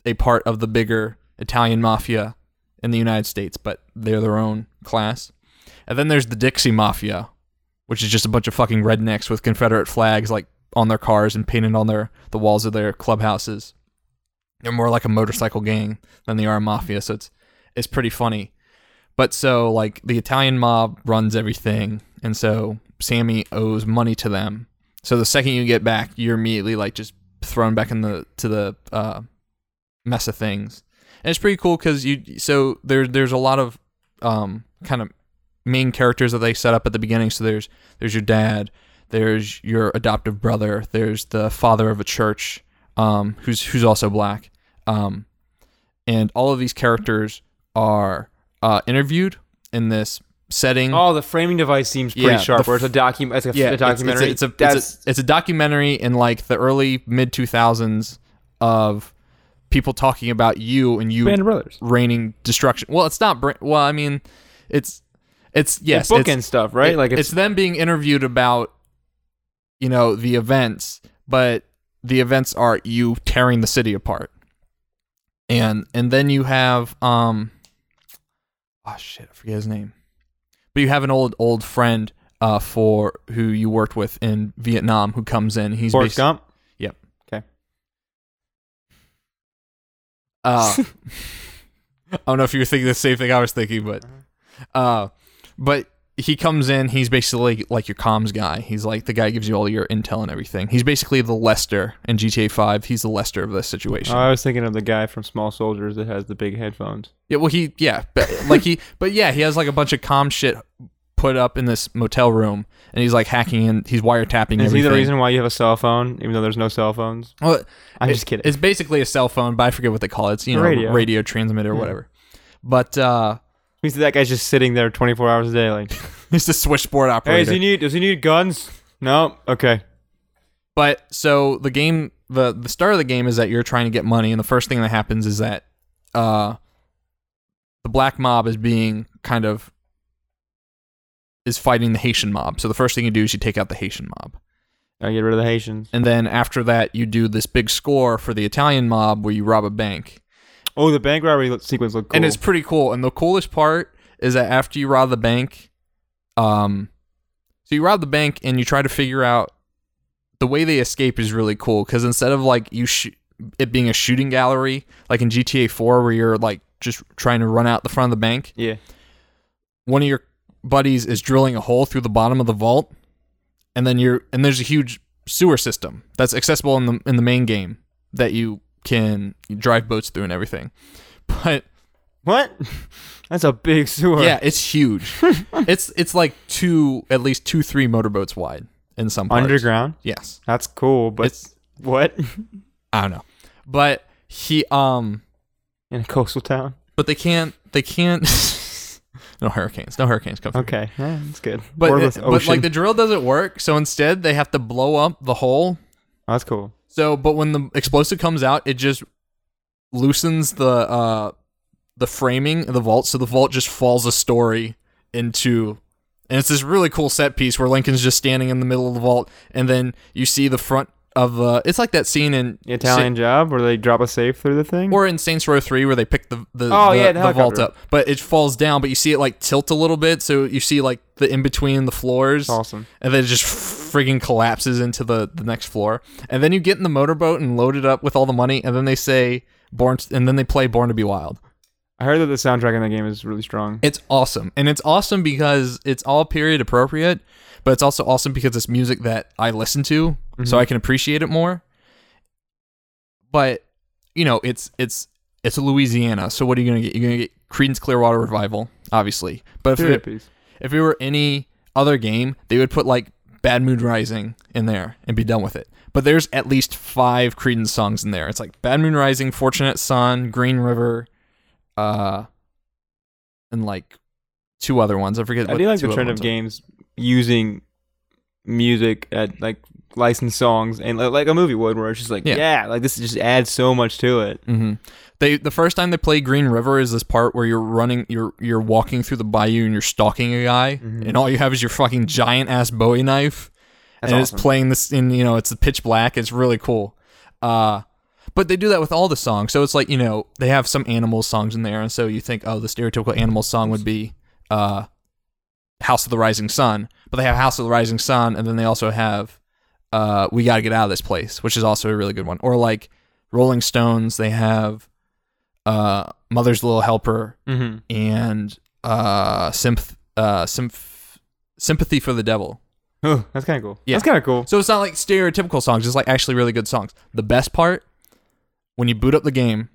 [SPEAKER 1] a part of the bigger Italian mafia in the United States, but they're their own class. And then there's the Dixie Mafia, which is just a bunch of fucking rednecks with Confederate flags like on their cars and painted on their the walls of their clubhouses. They're more like a motorcycle gang than they are a mafia, so it's it's pretty funny. But so like the Italian mob runs everything, and so Sammy owes money to them. So the second you get back, you're immediately like just thrown back in the to the uh, mess of things, and it's pretty cool because you. So there there's a lot of um, kind of main characters that they set up at the beginning. So there's there's your dad, there's your adoptive brother, there's the father of a church, um, who's who's also black, um, and all of these characters are uh, interviewed in this setting.
[SPEAKER 2] Oh, the framing device seems pretty
[SPEAKER 1] Yeah,
[SPEAKER 2] sharp.
[SPEAKER 1] the
[SPEAKER 2] Where it's a document. It's like a,
[SPEAKER 1] yeah,
[SPEAKER 2] a
[SPEAKER 1] it's- it's a-
[SPEAKER 2] documentary.
[SPEAKER 1] It's a, it's, a,
[SPEAKER 2] That's,
[SPEAKER 1] it's, a, documentary in like the early mid two thousands of people talking about you and you
[SPEAKER 2] Band of Brothers.
[SPEAKER 1] raining destruction. Well, it's not. bra- Well, I mean, it's it's yes,
[SPEAKER 2] book
[SPEAKER 1] it's,
[SPEAKER 2] and stuff, right?
[SPEAKER 1] it-
[SPEAKER 2] like it's,
[SPEAKER 1] them being interviewed about you know the events, but the events are you tearing the city apart, and and then you have um, oh shit, I forget his name, but you have an old old friend uh for who you worked with in Vietnam who comes in. He's
[SPEAKER 2] Forrest
[SPEAKER 1] basically
[SPEAKER 2] Gump.
[SPEAKER 1] Uh, I don't know if you were thinking the same thing I was thinking, but uh, but he comes in. He's basically like your comms guy. He's like the guy who gives you all your intel and everything. He's basically the Lester in GTA Five. He's the Lester of this situation.
[SPEAKER 2] Oh, I was thinking of the guy from Small Soldiers that has the big headphones.
[SPEAKER 1] yeah, well, he yeah, but, like he but yeah, he has like a bunch of comm shit put up in this motel room, and he's like hacking in. He's wiretapping.
[SPEAKER 2] Is
[SPEAKER 1] everything.
[SPEAKER 2] he the reason why you have a cell phone, even though there's no cell phones?
[SPEAKER 1] Well,
[SPEAKER 2] I'm
[SPEAKER 1] It-
[SPEAKER 2] just kidding.
[SPEAKER 1] It's basically a cell phone, but I forget what they call it. It's you know radio,
[SPEAKER 2] Radio.
[SPEAKER 1] transmitter or
[SPEAKER 2] Yeah.
[SPEAKER 1] whatever. But uh,
[SPEAKER 2] Means that guy's just sitting there 24 hours a day, like, hey,
[SPEAKER 1] it's the switchboard operator.
[SPEAKER 2] does he need does he need guns? No, okay.
[SPEAKER 1] But so the game, the the start of the game is that you're trying to get money, and the first thing that happens is that uh, the black mob is being kind of is fighting the Haitian mob. So the first thing you do is you take out the Haitian mob,
[SPEAKER 2] I get rid of the Haitians.
[SPEAKER 1] and then after that you do this big score for the Italian mob where you rob a bank,
[SPEAKER 2] Oh, the bank robbery lo- sequence looked cool.
[SPEAKER 1] and it's pretty cool. And the coolest part is that after you rob the bank, um, so you rob the bank and you try to figure out the way they escape is really cool because instead of like you sh- it being a shooting gallery like in GTA 4 where you're like just trying to run out the front of the bank,
[SPEAKER 2] yeah.
[SPEAKER 1] one of your buddies is drilling a hole through the bottom of the vault, and then you're and there's a huge sewer system that's accessible in the in the main game that you can drive boats through and everything, but
[SPEAKER 2] What? That's a big sewer.
[SPEAKER 1] Yeah, it's huge. it's it's like two, at least two, three motorboats wide in some parts.
[SPEAKER 2] Underground.
[SPEAKER 1] Yes,
[SPEAKER 2] That's cool, but
[SPEAKER 1] it's
[SPEAKER 2] what?
[SPEAKER 1] I don't know, but he um,
[SPEAKER 2] In a coastal town.
[SPEAKER 1] but they can't they can't. no hurricanes, no hurricanes come. through.
[SPEAKER 2] Okay, yeah, that's good.
[SPEAKER 1] But
[SPEAKER 2] Or
[SPEAKER 1] it-
[SPEAKER 2] with
[SPEAKER 1] but like
[SPEAKER 2] ocean.
[SPEAKER 1] the drill doesn't work, so instead they have to blow up the hole.
[SPEAKER 2] Oh, that's cool.
[SPEAKER 1] So, but when the explosive comes out, it just loosens the uh the framing of the vault, so the vault just falls a story into and it's this really cool set piece where Lincoln's just standing in the middle of the vault and then you see the front of uh it's like that scene in
[SPEAKER 2] The Italian job where they drop a safe through the thing.
[SPEAKER 1] or in Saints Row 3 where they pick the the,
[SPEAKER 2] Oh,
[SPEAKER 1] the,
[SPEAKER 2] yeah, the
[SPEAKER 1] the vault
[SPEAKER 2] helicopter.
[SPEAKER 1] up, but it falls down, but you see it like tilt a little bit, so you see like the in between the floors
[SPEAKER 2] It's awesome.
[SPEAKER 1] and then it just friggin' collapses into the, the next floor. And then you get in the motorboat and load it up with all the money, and then they say born, and then they play Born to Be Wild.
[SPEAKER 2] I heard that the soundtrack in that game is really strong.
[SPEAKER 1] It's awesome, and it's awesome because it's all period appropriate, but it's also awesome because it's music that I listen to, so I can appreciate it more. But you know, it's it's it's Louisiana, so what are you gonna get? You're gonna get Creedence Clearwater Revival, obviously. But if
[SPEAKER 2] Period
[SPEAKER 1] it,
[SPEAKER 2] piece.
[SPEAKER 1] if it were any other game, they would put like Bad Mood Rising in there and be done with it. But there's at least five Creedence songs in there. It's like Bad Moon Rising, Fortunate Son, Green River, uh, and like two other ones. I forget.
[SPEAKER 2] I
[SPEAKER 1] what
[SPEAKER 2] do like
[SPEAKER 1] two
[SPEAKER 2] the
[SPEAKER 1] other
[SPEAKER 2] trend
[SPEAKER 1] ones
[SPEAKER 2] of
[SPEAKER 1] are.
[SPEAKER 2] games using music at like licensed songs and li- like a movie would, where it's just like,
[SPEAKER 1] Yeah.
[SPEAKER 2] yeah, like this just adds so much to it.
[SPEAKER 1] Mm-hmm. They the first time they play Green River is this part where you're running, you're you're walking through the bayou and you're stalking a guy,
[SPEAKER 2] Mm-hmm.
[SPEAKER 1] and all you have is your fucking giant ass Bowie knife,
[SPEAKER 2] That's
[SPEAKER 1] and
[SPEAKER 2] awesome.
[SPEAKER 1] it's playing this in you know it's pitch black. It's really cool. Uh, but they do that with all the songs, so it's like you know they have some animal songs in there, and so you think oh the stereotypical animal song would be uh, House of the Rising Sun, but they have House of the Rising Sun, and then they also have uh, We Gotta Get Out of This Place, which is also a really good one. Or like Rolling Stones, they have uh, Mother's Little Helper
[SPEAKER 2] Mm-hmm.
[SPEAKER 1] and uh, Sympath- uh, symph- Sympathy for the Devil.
[SPEAKER 2] Oh, that's kind of cool.
[SPEAKER 1] Yeah.
[SPEAKER 2] That's kind of cool.
[SPEAKER 1] So it's not like stereotypical songs, it's like actually really good songs. The best part, when you boot up the game,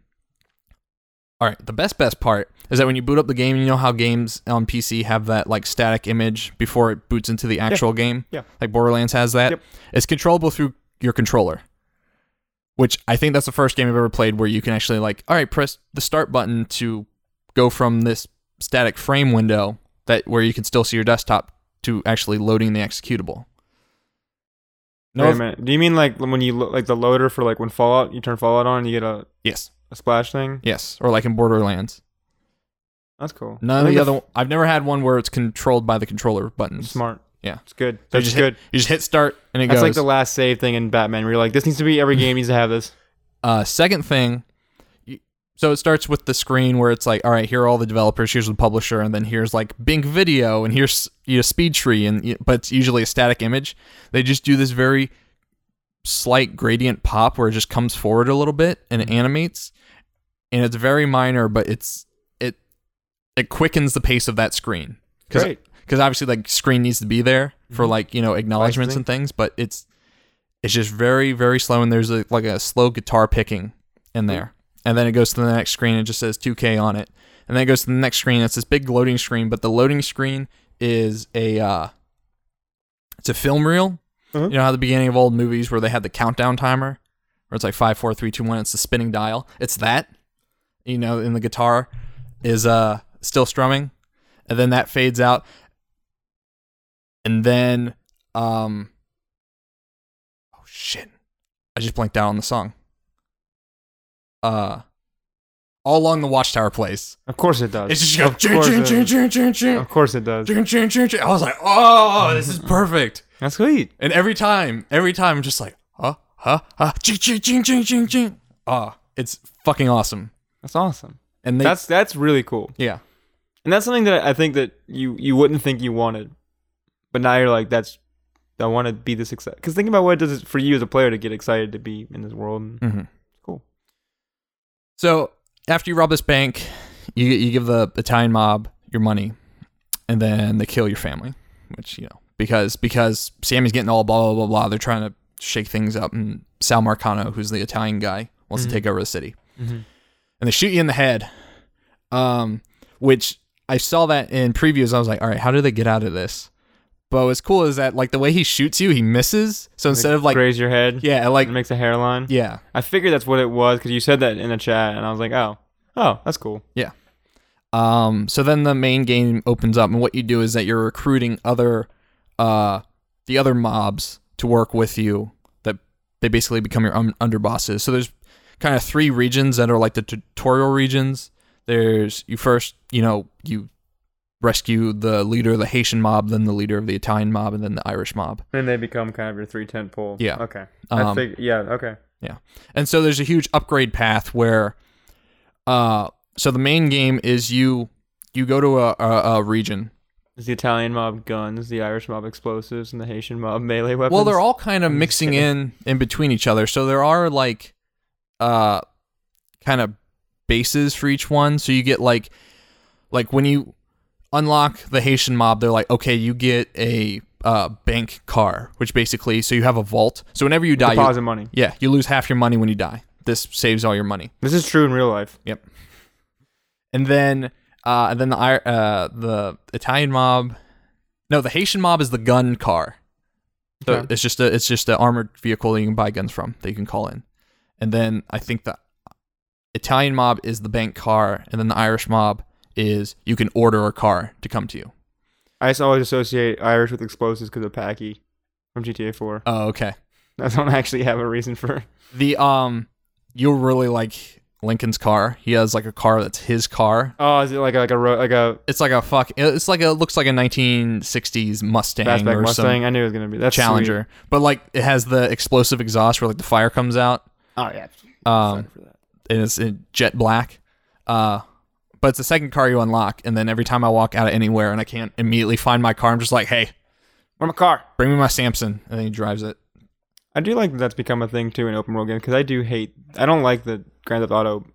[SPEAKER 1] all right, the best, best part is that when you boot up the game, you know how games on PC have that like static image before it boots into the actual game?
[SPEAKER 2] Yeah.
[SPEAKER 1] Like Borderlands has that.
[SPEAKER 2] Yep.
[SPEAKER 1] It's controllable through your controller. Which I think that's the first game I've ever played where you can actually like, all right, press the start button to go from this static frame window that where you can still see your desktop to actually loading the executable. No,
[SPEAKER 2] Wait a minute. Do you mean like when you lo- like the loader for like when Fallout, you turn Fallout on and you get a,
[SPEAKER 1] yes,
[SPEAKER 2] a splash thing?
[SPEAKER 1] yes, or like in Borderlands.
[SPEAKER 2] That's cool.
[SPEAKER 1] None
[SPEAKER 2] I
[SPEAKER 1] of
[SPEAKER 2] think
[SPEAKER 1] the
[SPEAKER 2] that's
[SPEAKER 1] other. I've never had one where it's controlled by the controller buttons.
[SPEAKER 2] Smart.
[SPEAKER 1] Yeah.
[SPEAKER 2] It's good.
[SPEAKER 1] So you
[SPEAKER 2] That's
[SPEAKER 1] just
[SPEAKER 2] good.
[SPEAKER 1] Hit, you just hit start and it
[SPEAKER 2] That's
[SPEAKER 1] goes.
[SPEAKER 2] like the last save thing in Batman. Where you're like, this needs to be every game needs to have this.
[SPEAKER 1] Uh, second thing, you- so it starts with the screen where it's like, all right, here are all the developers, here's the publisher, and then here's like Bing Video, and here's you know Speed Tree, and y- but it's usually a static image. They just do this very slight gradient pop where it just comes forward a little bit and it animates, and it's very minor, but it's it it quickens the pace of that screen because
[SPEAKER 2] Great.
[SPEAKER 1] because obviously like screen needs to be there for like you know acknowledgments
[SPEAKER 2] Licensing.
[SPEAKER 1] and things, but it's it's just very very slow and there's a, like a slow guitar picking in there and then it goes to the next screen and it just says 2k on it and then it goes to the next screen it's this big loading screen but the loading screen is a uh it's a film reel
[SPEAKER 2] Uh-huh.
[SPEAKER 1] you know how the beginning of old movies where they had the countdown timer where it's like five four three two one it's the spinning dial it's that you know in the guitar is uh still strumming and then that fades out and then um oh shit i just blanked out on the song uh all along the watchtower plays
[SPEAKER 2] Of course it does.
[SPEAKER 1] it's just go
[SPEAKER 2] Of course it does.
[SPEAKER 1] ching
[SPEAKER 2] Of course it does.
[SPEAKER 1] i was like oh this is perfect
[SPEAKER 2] That's sweet.
[SPEAKER 1] and every time every time i'm just like huh huh huh ching ching ching ching ching ching ah it's fucking awesome
[SPEAKER 2] That's awesome.
[SPEAKER 1] and they,
[SPEAKER 2] That's that's really cool.
[SPEAKER 1] yeah
[SPEAKER 2] And that's something that I think that you you wouldn't think you wanted, but now you're like that's I want to be this excited. Because think about what it does for you as a player to get excited to be in this world. And
[SPEAKER 1] mm-hmm.
[SPEAKER 2] Cool.
[SPEAKER 1] So after you rob this bank, you you give the Italian mob your money, and then they kill your family, which you know because because Sammy's getting all blah blah blah blah. They're trying to shake things up, and Sal Marcano, who's the Italian guy, wants
[SPEAKER 2] Mhm.
[SPEAKER 1] to take over the city,
[SPEAKER 2] Mhm.
[SPEAKER 1] and they shoot you in the head. Um, which I saw that in previews. I was like, all right, how do they get out of this? But what's cool is that like the way he shoots you, he misses. So instead of like
[SPEAKER 2] raise your head,
[SPEAKER 1] yeah, like
[SPEAKER 2] it makes a hairline.
[SPEAKER 1] yeah,
[SPEAKER 2] I figured that's what it was because you said that in the chat, and I was like, oh, oh, that's cool.
[SPEAKER 1] Um, so then the main game opens up, and what you do is that you're recruiting other, uh, the other mobs to work with you. That they basically become your un- underbosses. So there's kind of three regions that are like the tutorial regions. There's you first, you know, you rescue the leader of the Haitian mob, then the leader of the Italian mob, and then the Irish mob.
[SPEAKER 2] Then they become kind of your three tent pole.
[SPEAKER 1] Yeah.
[SPEAKER 2] Okay.
[SPEAKER 1] Um,
[SPEAKER 2] figured. Yeah. Okay.
[SPEAKER 1] And so there's a huge upgrade path where, uh, so the main game is you you go to a, a, a region
[SPEAKER 2] Is the Italian mob guns, the Irish mob explosives, and the Haitian mob melee weapons?
[SPEAKER 1] Well, they're all kind of
[SPEAKER 2] I'm just
[SPEAKER 1] mixing
[SPEAKER 2] kidding.
[SPEAKER 1] in in between each other. So there are like uh kind of bases for each one. So you get like like when you unlock the Haitian mob, they're like, "Okay, you get a uh, bank car," which basically so you have a vault. So whenever you die, you,
[SPEAKER 2] deposit money.
[SPEAKER 1] yeah, you lose half your money when you die. This saves all your money.
[SPEAKER 2] This is true in real life.
[SPEAKER 1] and then uh, and then the Ir- uh, the Italian mob, no, the Haitian mob is the gun car. So
[SPEAKER 2] Okay.
[SPEAKER 1] it's just a it's just an armored vehicle that you can buy guns from that you can call in, and then I think the Italian mob is the bank car, and then the Irish mob is you can order a car to come to you.
[SPEAKER 2] I just always associate Irish with explosives because of Packy. from GTA 4.
[SPEAKER 1] Oh, okay.
[SPEAKER 2] I don't actually have a reason for.
[SPEAKER 1] The um, you'll really like Lincoln's car. He has like a car that's his car.
[SPEAKER 2] Oh, is it like a, like a ro- like a
[SPEAKER 1] It's like a fuck. It's like a looks like a 1960s Mustang
[SPEAKER 2] fastback
[SPEAKER 1] or
[SPEAKER 2] Mustang? I knew it was gonna be that's
[SPEAKER 1] some Challenger, but like it has the explosive exhaust where like the fire comes out.
[SPEAKER 2] sweet. Oh yeah.
[SPEAKER 1] Um,
[SPEAKER 2] Excited for that.
[SPEAKER 1] and it's in jet black. Uh, but it's the second car you unlock, and then every time I walk out of anywhere and I can't immediately find my car, I'm just like, "Hey,
[SPEAKER 2] Where my car?
[SPEAKER 1] bring me my Samson," and then he drives it.
[SPEAKER 2] I do like that that's become a thing too in open world game because I do hate. I don't like the Grand Theft Auto,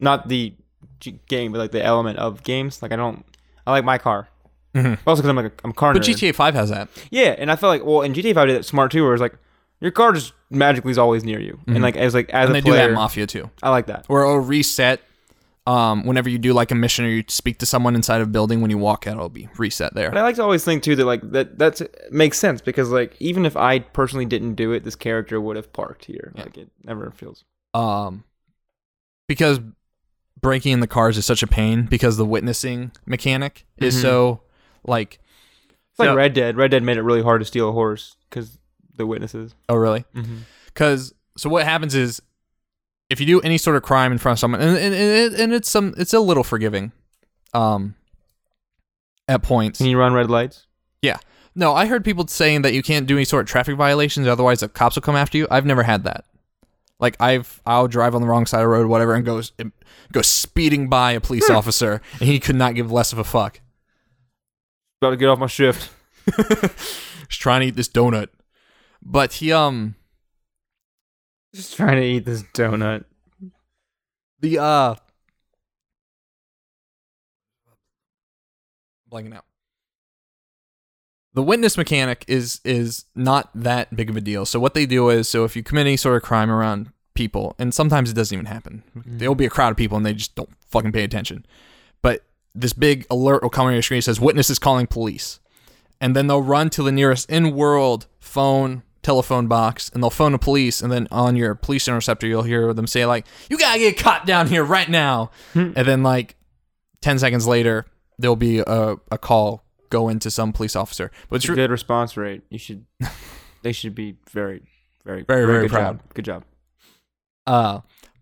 [SPEAKER 2] not the G- game, but like the element of games. Like I don't. I like my car.
[SPEAKER 1] Mhm.
[SPEAKER 2] Also because I'm like a, I'm a car.
[SPEAKER 1] But
[SPEAKER 2] nerd.
[SPEAKER 1] GTA Five has that.
[SPEAKER 2] Yeah, and I felt like well in GTA Five I did that smart too, where it's like your car just magically is always near you, and like as like as
[SPEAKER 1] Mm-hmm. And
[SPEAKER 2] a
[SPEAKER 1] they do
[SPEAKER 2] player,
[SPEAKER 1] that in Mafia too,
[SPEAKER 2] I like that.
[SPEAKER 1] or a reset. Um, whenever you do like a mission or you speak to someone inside of a building, when you walk out, it'll be reset
[SPEAKER 2] But
[SPEAKER 1] there.
[SPEAKER 2] I like to always think too that like that that's makes sense because like even if I personally didn't do it, this character would have parked here. Like it never feels.
[SPEAKER 1] Um, because breaking in the cars is such a pain because the witnessing mechanic is
[SPEAKER 2] Mhm.
[SPEAKER 1] so like.
[SPEAKER 2] It's like
[SPEAKER 1] No.
[SPEAKER 2] Red Dead. Red Dead made it really hard to steal a horse because the witnesses.
[SPEAKER 1] Oh, really?
[SPEAKER 2] Mm-hmm.
[SPEAKER 1] because so what happens is if you do any sort of crime in front of someone and and, and, it- and it's some it's a little forgiving um at points
[SPEAKER 2] Can you run red lights?
[SPEAKER 1] no i heard people saying that you can't do any sort of traffic violations otherwise the cops will come after you i've never had that like i've i'll drive on the wrong side of the road whatever and go s- and go speeding by a police officer and he could not give less of a fuck
[SPEAKER 2] About to get off my shift.
[SPEAKER 1] just trying to eat this donut but he um
[SPEAKER 2] Just trying to eat this donut.
[SPEAKER 1] The uh blanking out. The witness mechanic is is not that big of a deal. So what they do is so if you commit any sort of crime around people, and sometimes it doesn't even happen. There'll be a crowd of people and they just don't fucking pay attention. But this big alert will come on your screen that says witness is calling police. And then they'll run to the nearest in world phone telephone box and they'll phone the police and then on your police interceptor you'll hear them say like, You gotta get caught down here right now
[SPEAKER 2] Hmm.
[SPEAKER 1] and then like ten seconds later there'll be a, a call go into some police officer. But it's
[SPEAKER 2] It's a
[SPEAKER 1] re-
[SPEAKER 2] good response rate. You should. they should be very, very,
[SPEAKER 1] Very, very
[SPEAKER 2] good
[SPEAKER 1] proud.
[SPEAKER 2] Job. Good job.
[SPEAKER 1] uh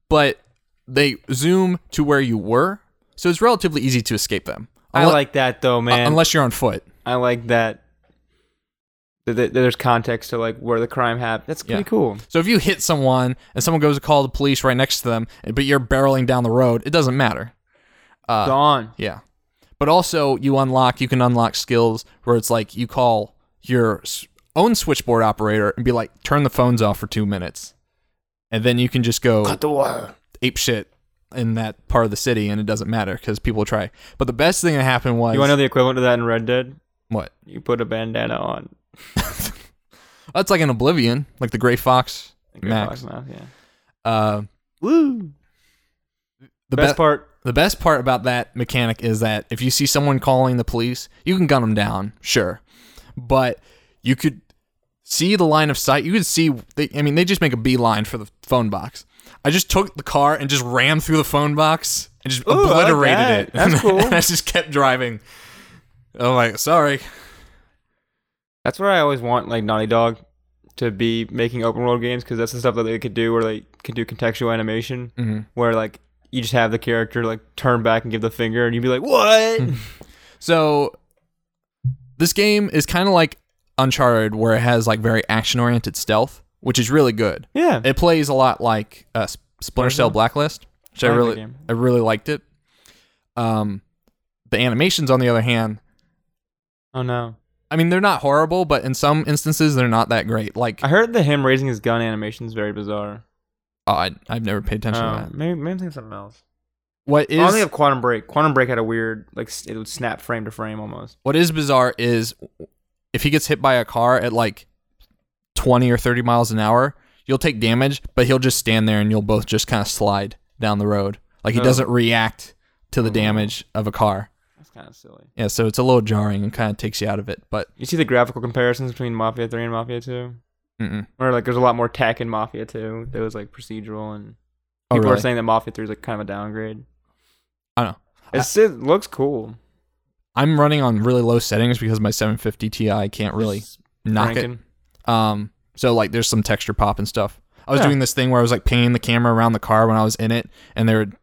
[SPEAKER 1] but they zoom to where you were, so it's relatively easy to escape them.
[SPEAKER 2] I
[SPEAKER 1] Unle-
[SPEAKER 2] like that though,
[SPEAKER 1] uh,
[SPEAKER 2] man.
[SPEAKER 1] unless you're on foot.
[SPEAKER 2] I like that. that- that There's context to like where the crime happened. That's pretty
[SPEAKER 1] Yeah.
[SPEAKER 2] cool.
[SPEAKER 1] So if you hit someone and someone goes to call the police right next to them, but you're barreling down the road, it doesn't matter.
[SPEAKER 2] Dawn.
[SPEAKER 1] Yeah. But also, you unlock, you can unlock skills where it's like you call your s- own switchboard operator and be like, turn the phones off for two minutes. And then you can just go
[SPEAKER 2] the wire.
[SPEAKER 1] ape shit in that part of the city and it doesn't matter because people try. But the best thing that happened was
[SPEAKER 2] You want to know the equivalent of that in Red Dead?
[SPEAKER 1] what?
[SPEAKER 2] You put a bandana on.
[SPEAKER 1] That's like an Oblivion, like the Gray Fox.
[SPEAKER 2] Like a
[SPEAKER 1] Max.
[SPEAKER 2] fox mouth, yeah.
[SPEAKER 1] Uh,
[SPEAKER 2] Woo.
[SPEAKER 1] the
[SPEAKER 2] Best
[SPEAKER 1] best
[SPEAKER 2] part.
[SPEAKER 1] The best part about that mechanic is that if you see someone calling the police, you can gun them down, sure. But you could see the line of sight. You could see, they, I mean, they just make a beeline for the phone box. I just took the car and just rammed through the phone box and just
[SPEAKER 2] Oh, I like
[SPEAKER 1] obliterated
[SPEAKER 2] that.
[SPEAKER 1] it.
[SPEAKER 2] That's cool.
[SPEAKER 1] and I just kept driving. Oh, like, sorry.
[SPEAKER 2] That's where I always want like Naughty Dog to be making open world games because that's the stuff that they could do where they could do contextual animation where like you just have the character like turn back and give the finger and you'd be like what
[SPEAKER 1] Hmm. So this game is kind of like Uncharted, where it has like very action oriented stealth, which is really good.
[SPEAKER 2] yeah
[SPEAKER 1] It plays a lot like uh, S- Splinter Cell Blacklist, which I
[SPEAKER 2] I like that
[SPEAKER 1] really,
[SPEAKER 2] game.
[SPEAKER 1] I really liked it. Um, the animations, on the other hand,
[SPEAKER 2] oh no
[SPEAKER 1] I mean, they're not horrible, but in some instances, they're not that great. Like,
[SPEAKER 2] I heard the him raising his gun animation is very bizarre
[SPEAKER 1] oh, I, I've never paid attention to
[SPEAKER 2] um,
[SPEAKER 1] that.
[SPEAKER 2] maybe, maybe I'm thinking of something else
[SPEAKER 1] What
[SPEAKER 2] I only
[SPEAKER 1] is
[SPEAKER 2] have Quantum Break Quantum Break had a weird like s- it would snap frame to frame almost
[SPEAKER 1] what is bizarre is if he gets hit by a car at like twenty or thirty miles an hour, you'll take damage, but he'll just stand there and you'll both just kind of slide down the road. Like he
[SPEAKER 2] Oh.
[SPEAKER 1] doesn't react to the
[SPEAKER 2] Oh.
[SPEAKER 1] damage of a car.
[SPEAKER 2] that's kind of silly
[SPEAKER 1] Yeah, so it's a little jarring and kind of takes you out of it. But
[SPEAKER 2] you see the graphical comparisons between Mafia 3 and Mafia 2
[SPEAKER 1] mm-mm.
[SPEAKER 2] or like there's a lot more tech in Mafia 2 that was like procedural and
[SPEAKER 1] Oh,
[SPEAKER 2] People
[SPEAKER 1] really?
[SPEAKER 2] are saying that Mafia 3 is like kind of a downgrade.
[SPEAKER 1] I don't know.
[SPEAKER 2] It's, it looks cool.
[SPEAKER 1] I'm running on really low settings because my 750 Ti can't really knock it.
[SPEAKER 2] Rankin.
[SPEAKER 1] Um, so like there's some texture pop and stuff. I was
[SPEAKER 2] Yeah.
[SPEAKER 1] doing this thing where I was like pinging the camera around the car when I was in it, and there would,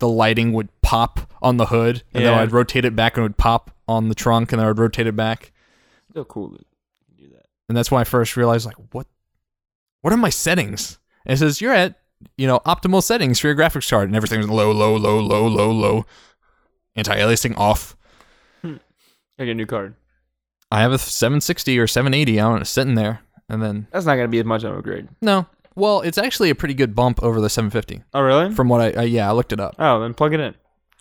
[SPEAKER 1] the lighting would pop on the hood, and then
[SPEAKER 2] Yeah.
[SPEAKER 1] I'd rotate it back and it would pop on the trunk, and then I'd rotate it back,
[SPEAKER 2] Still cool. that you can do that.
[SPEAKER 1] and that's when I first realized like what, what are my settings? And it says you're at you know optimal settings for your graphics card, and everything's low, low, low, low, low, low, anti-aliasing off.
[SPEAKER 2] I get a new card.
[SPEAKER 1] I have a 760 or 780. I don't know, sitting there, and then
[SPEAKER 2] That's not gonna be as much of a grade.
[SPEAKER 1] no. Well, it's actually a pretty good bump over the 750.
[SPEAKER 2] Oh really?
[SPEAKER 1] From what I, I yeah, I looked it up.
[SPEAKER 2] Oh, then plug it in.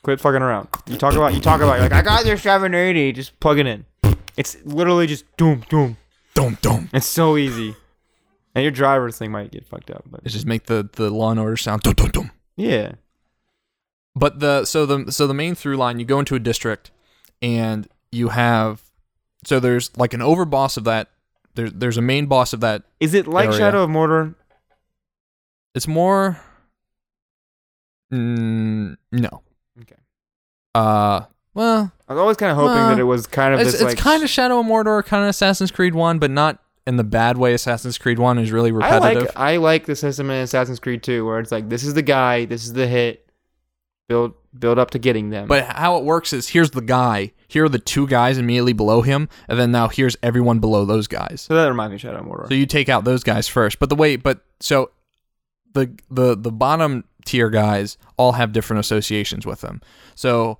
[SPEAKER 2] Quit fucking around. You talk about you talk about like I got your 780. Just plug it in. It's literally just doom doom.
[SPEAKER 1] Dum dum.
[SPEAKER 2] It's so easy. And your driver's thing might get fucked up, but
[SPEAKER 1] It's just make the the Law and Order sound. Dum dum dum.
[SPEAKER 2] yeah.
[SPEAKER 1] But the so the so the main through line, you go into a district, and you have so there's like an overboss of that. There's there's a main boss of that.
[SPEAKER 2] Is it like
[SPEAKER 1] Area.
[SPEAKER 2] Shadow of Mordor?
[SPEAKER 1] It's more. Mm, no.
[SPEAKER 2] Okay.
[SPEAKER 1] Uh. Well,
[SPEAKER 2] I was always kind of hoping
[SPEAKER 1] Well,
[SPEAKER 2] that it was kind of
[SPEAKER 1] it's,
[SPEAKER 2] this
[SPEAKER 1] it's
[SPEAKER 2] like
[SPEAKER 1] kind of Shadow of Mordor, kind of Assassin's Creed One, but not in the bad way. Assassin's Creed One is really
[SPEAKER 2] I
[SPEAKER 1] repetitive.
[SPEAKER 2] like I like the system in Assassin's Creed 2 where it's like this is the guy, this is the hit, build build up to getting them.
[SPEAKER 1] But how it works is here's the guy, here are the two guys immediately below him, and then now here's everyone below those guys.
[SPEAKER 2] so that reminds me of Shadow of Mordor.
[SPEAKER 1] So you take out those guys first. But the way but so the the the bottom tier guys all have different associations with them. So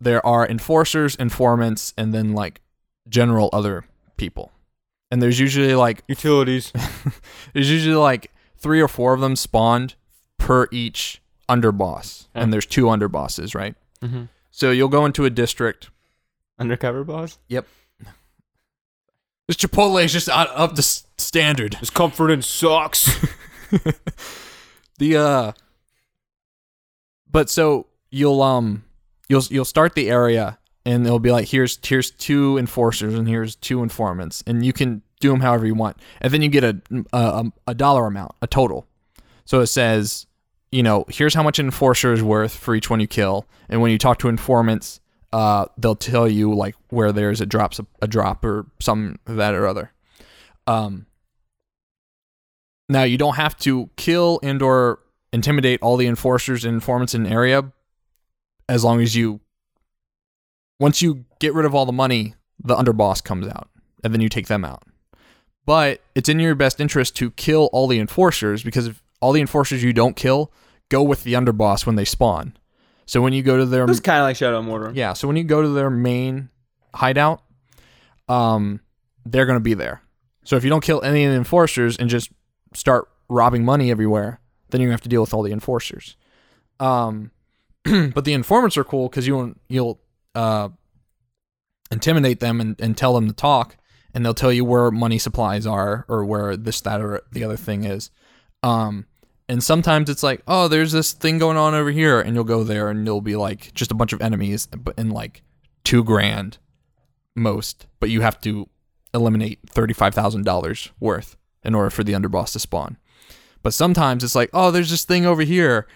[SPEAKER 1] there are enforcers, informants, and then like general other people. And there's usually like
[SPEAKER 2] Utilities.
[SPEAKER 1] there's usually like three or four of them spawned per each underboss.
[SPEAKER 2] Yeah.
[SPEAKER 1] And there's two underbosses, right?
[SPEAKER 2] Mhm.
[SPEAKER 1] So you'll go into a district
[SPEAKER 2] Undercover boss.
[SPEAKER 1] This Chipotle is just out of the s- standard.
[SPEAKER 2] His comfort and socks.
[SPEAKER 1] the uh, but so you'll um you'll you'll start the area and it'll be like here's here's two enforcers and here's two informants and you can do them however you want and then you get a a, a- a dollar amount a total. So it says you know here's how much an enforcer is worth for each one you kill and when you talk to informants uh they'll tell you like where there's a drops a drop or some that or other. Um, now you don't have to kill and or intimidate all the enforcers and informants in an area, as long as you. Once you get rid of all the money, the underboss comes out, and then you take them out. But it's in your best interest to kill all the enforcers because if all the enforcers you don't kill go with the underboss when they spawn. So when you go to their
[SPEAKER 2] It was kind of like Shadow of Mordor.
[SPEAKER 1] yeah, so when you go to their main hideout, um, they're gonna be there. So if you don't kill any of the enforcers and just start robbing money everywhere, then you have to deal with all the enforcers. Um, but the informants are cool because you you'll uh, intimidate them and, and tell them to talk, and they'll tell you where money supplies are or where this that or the other thing is. Um, and sometimes it's like, oh, there's this thing going on over here, and you'll go there, and you'll be like just a bunch of enemies, but in like two grand most, but you have to eliminate thirty five thousand dollars worth in order for the underboss to spawn. But sometimes it's like, oh, there's this thing over here,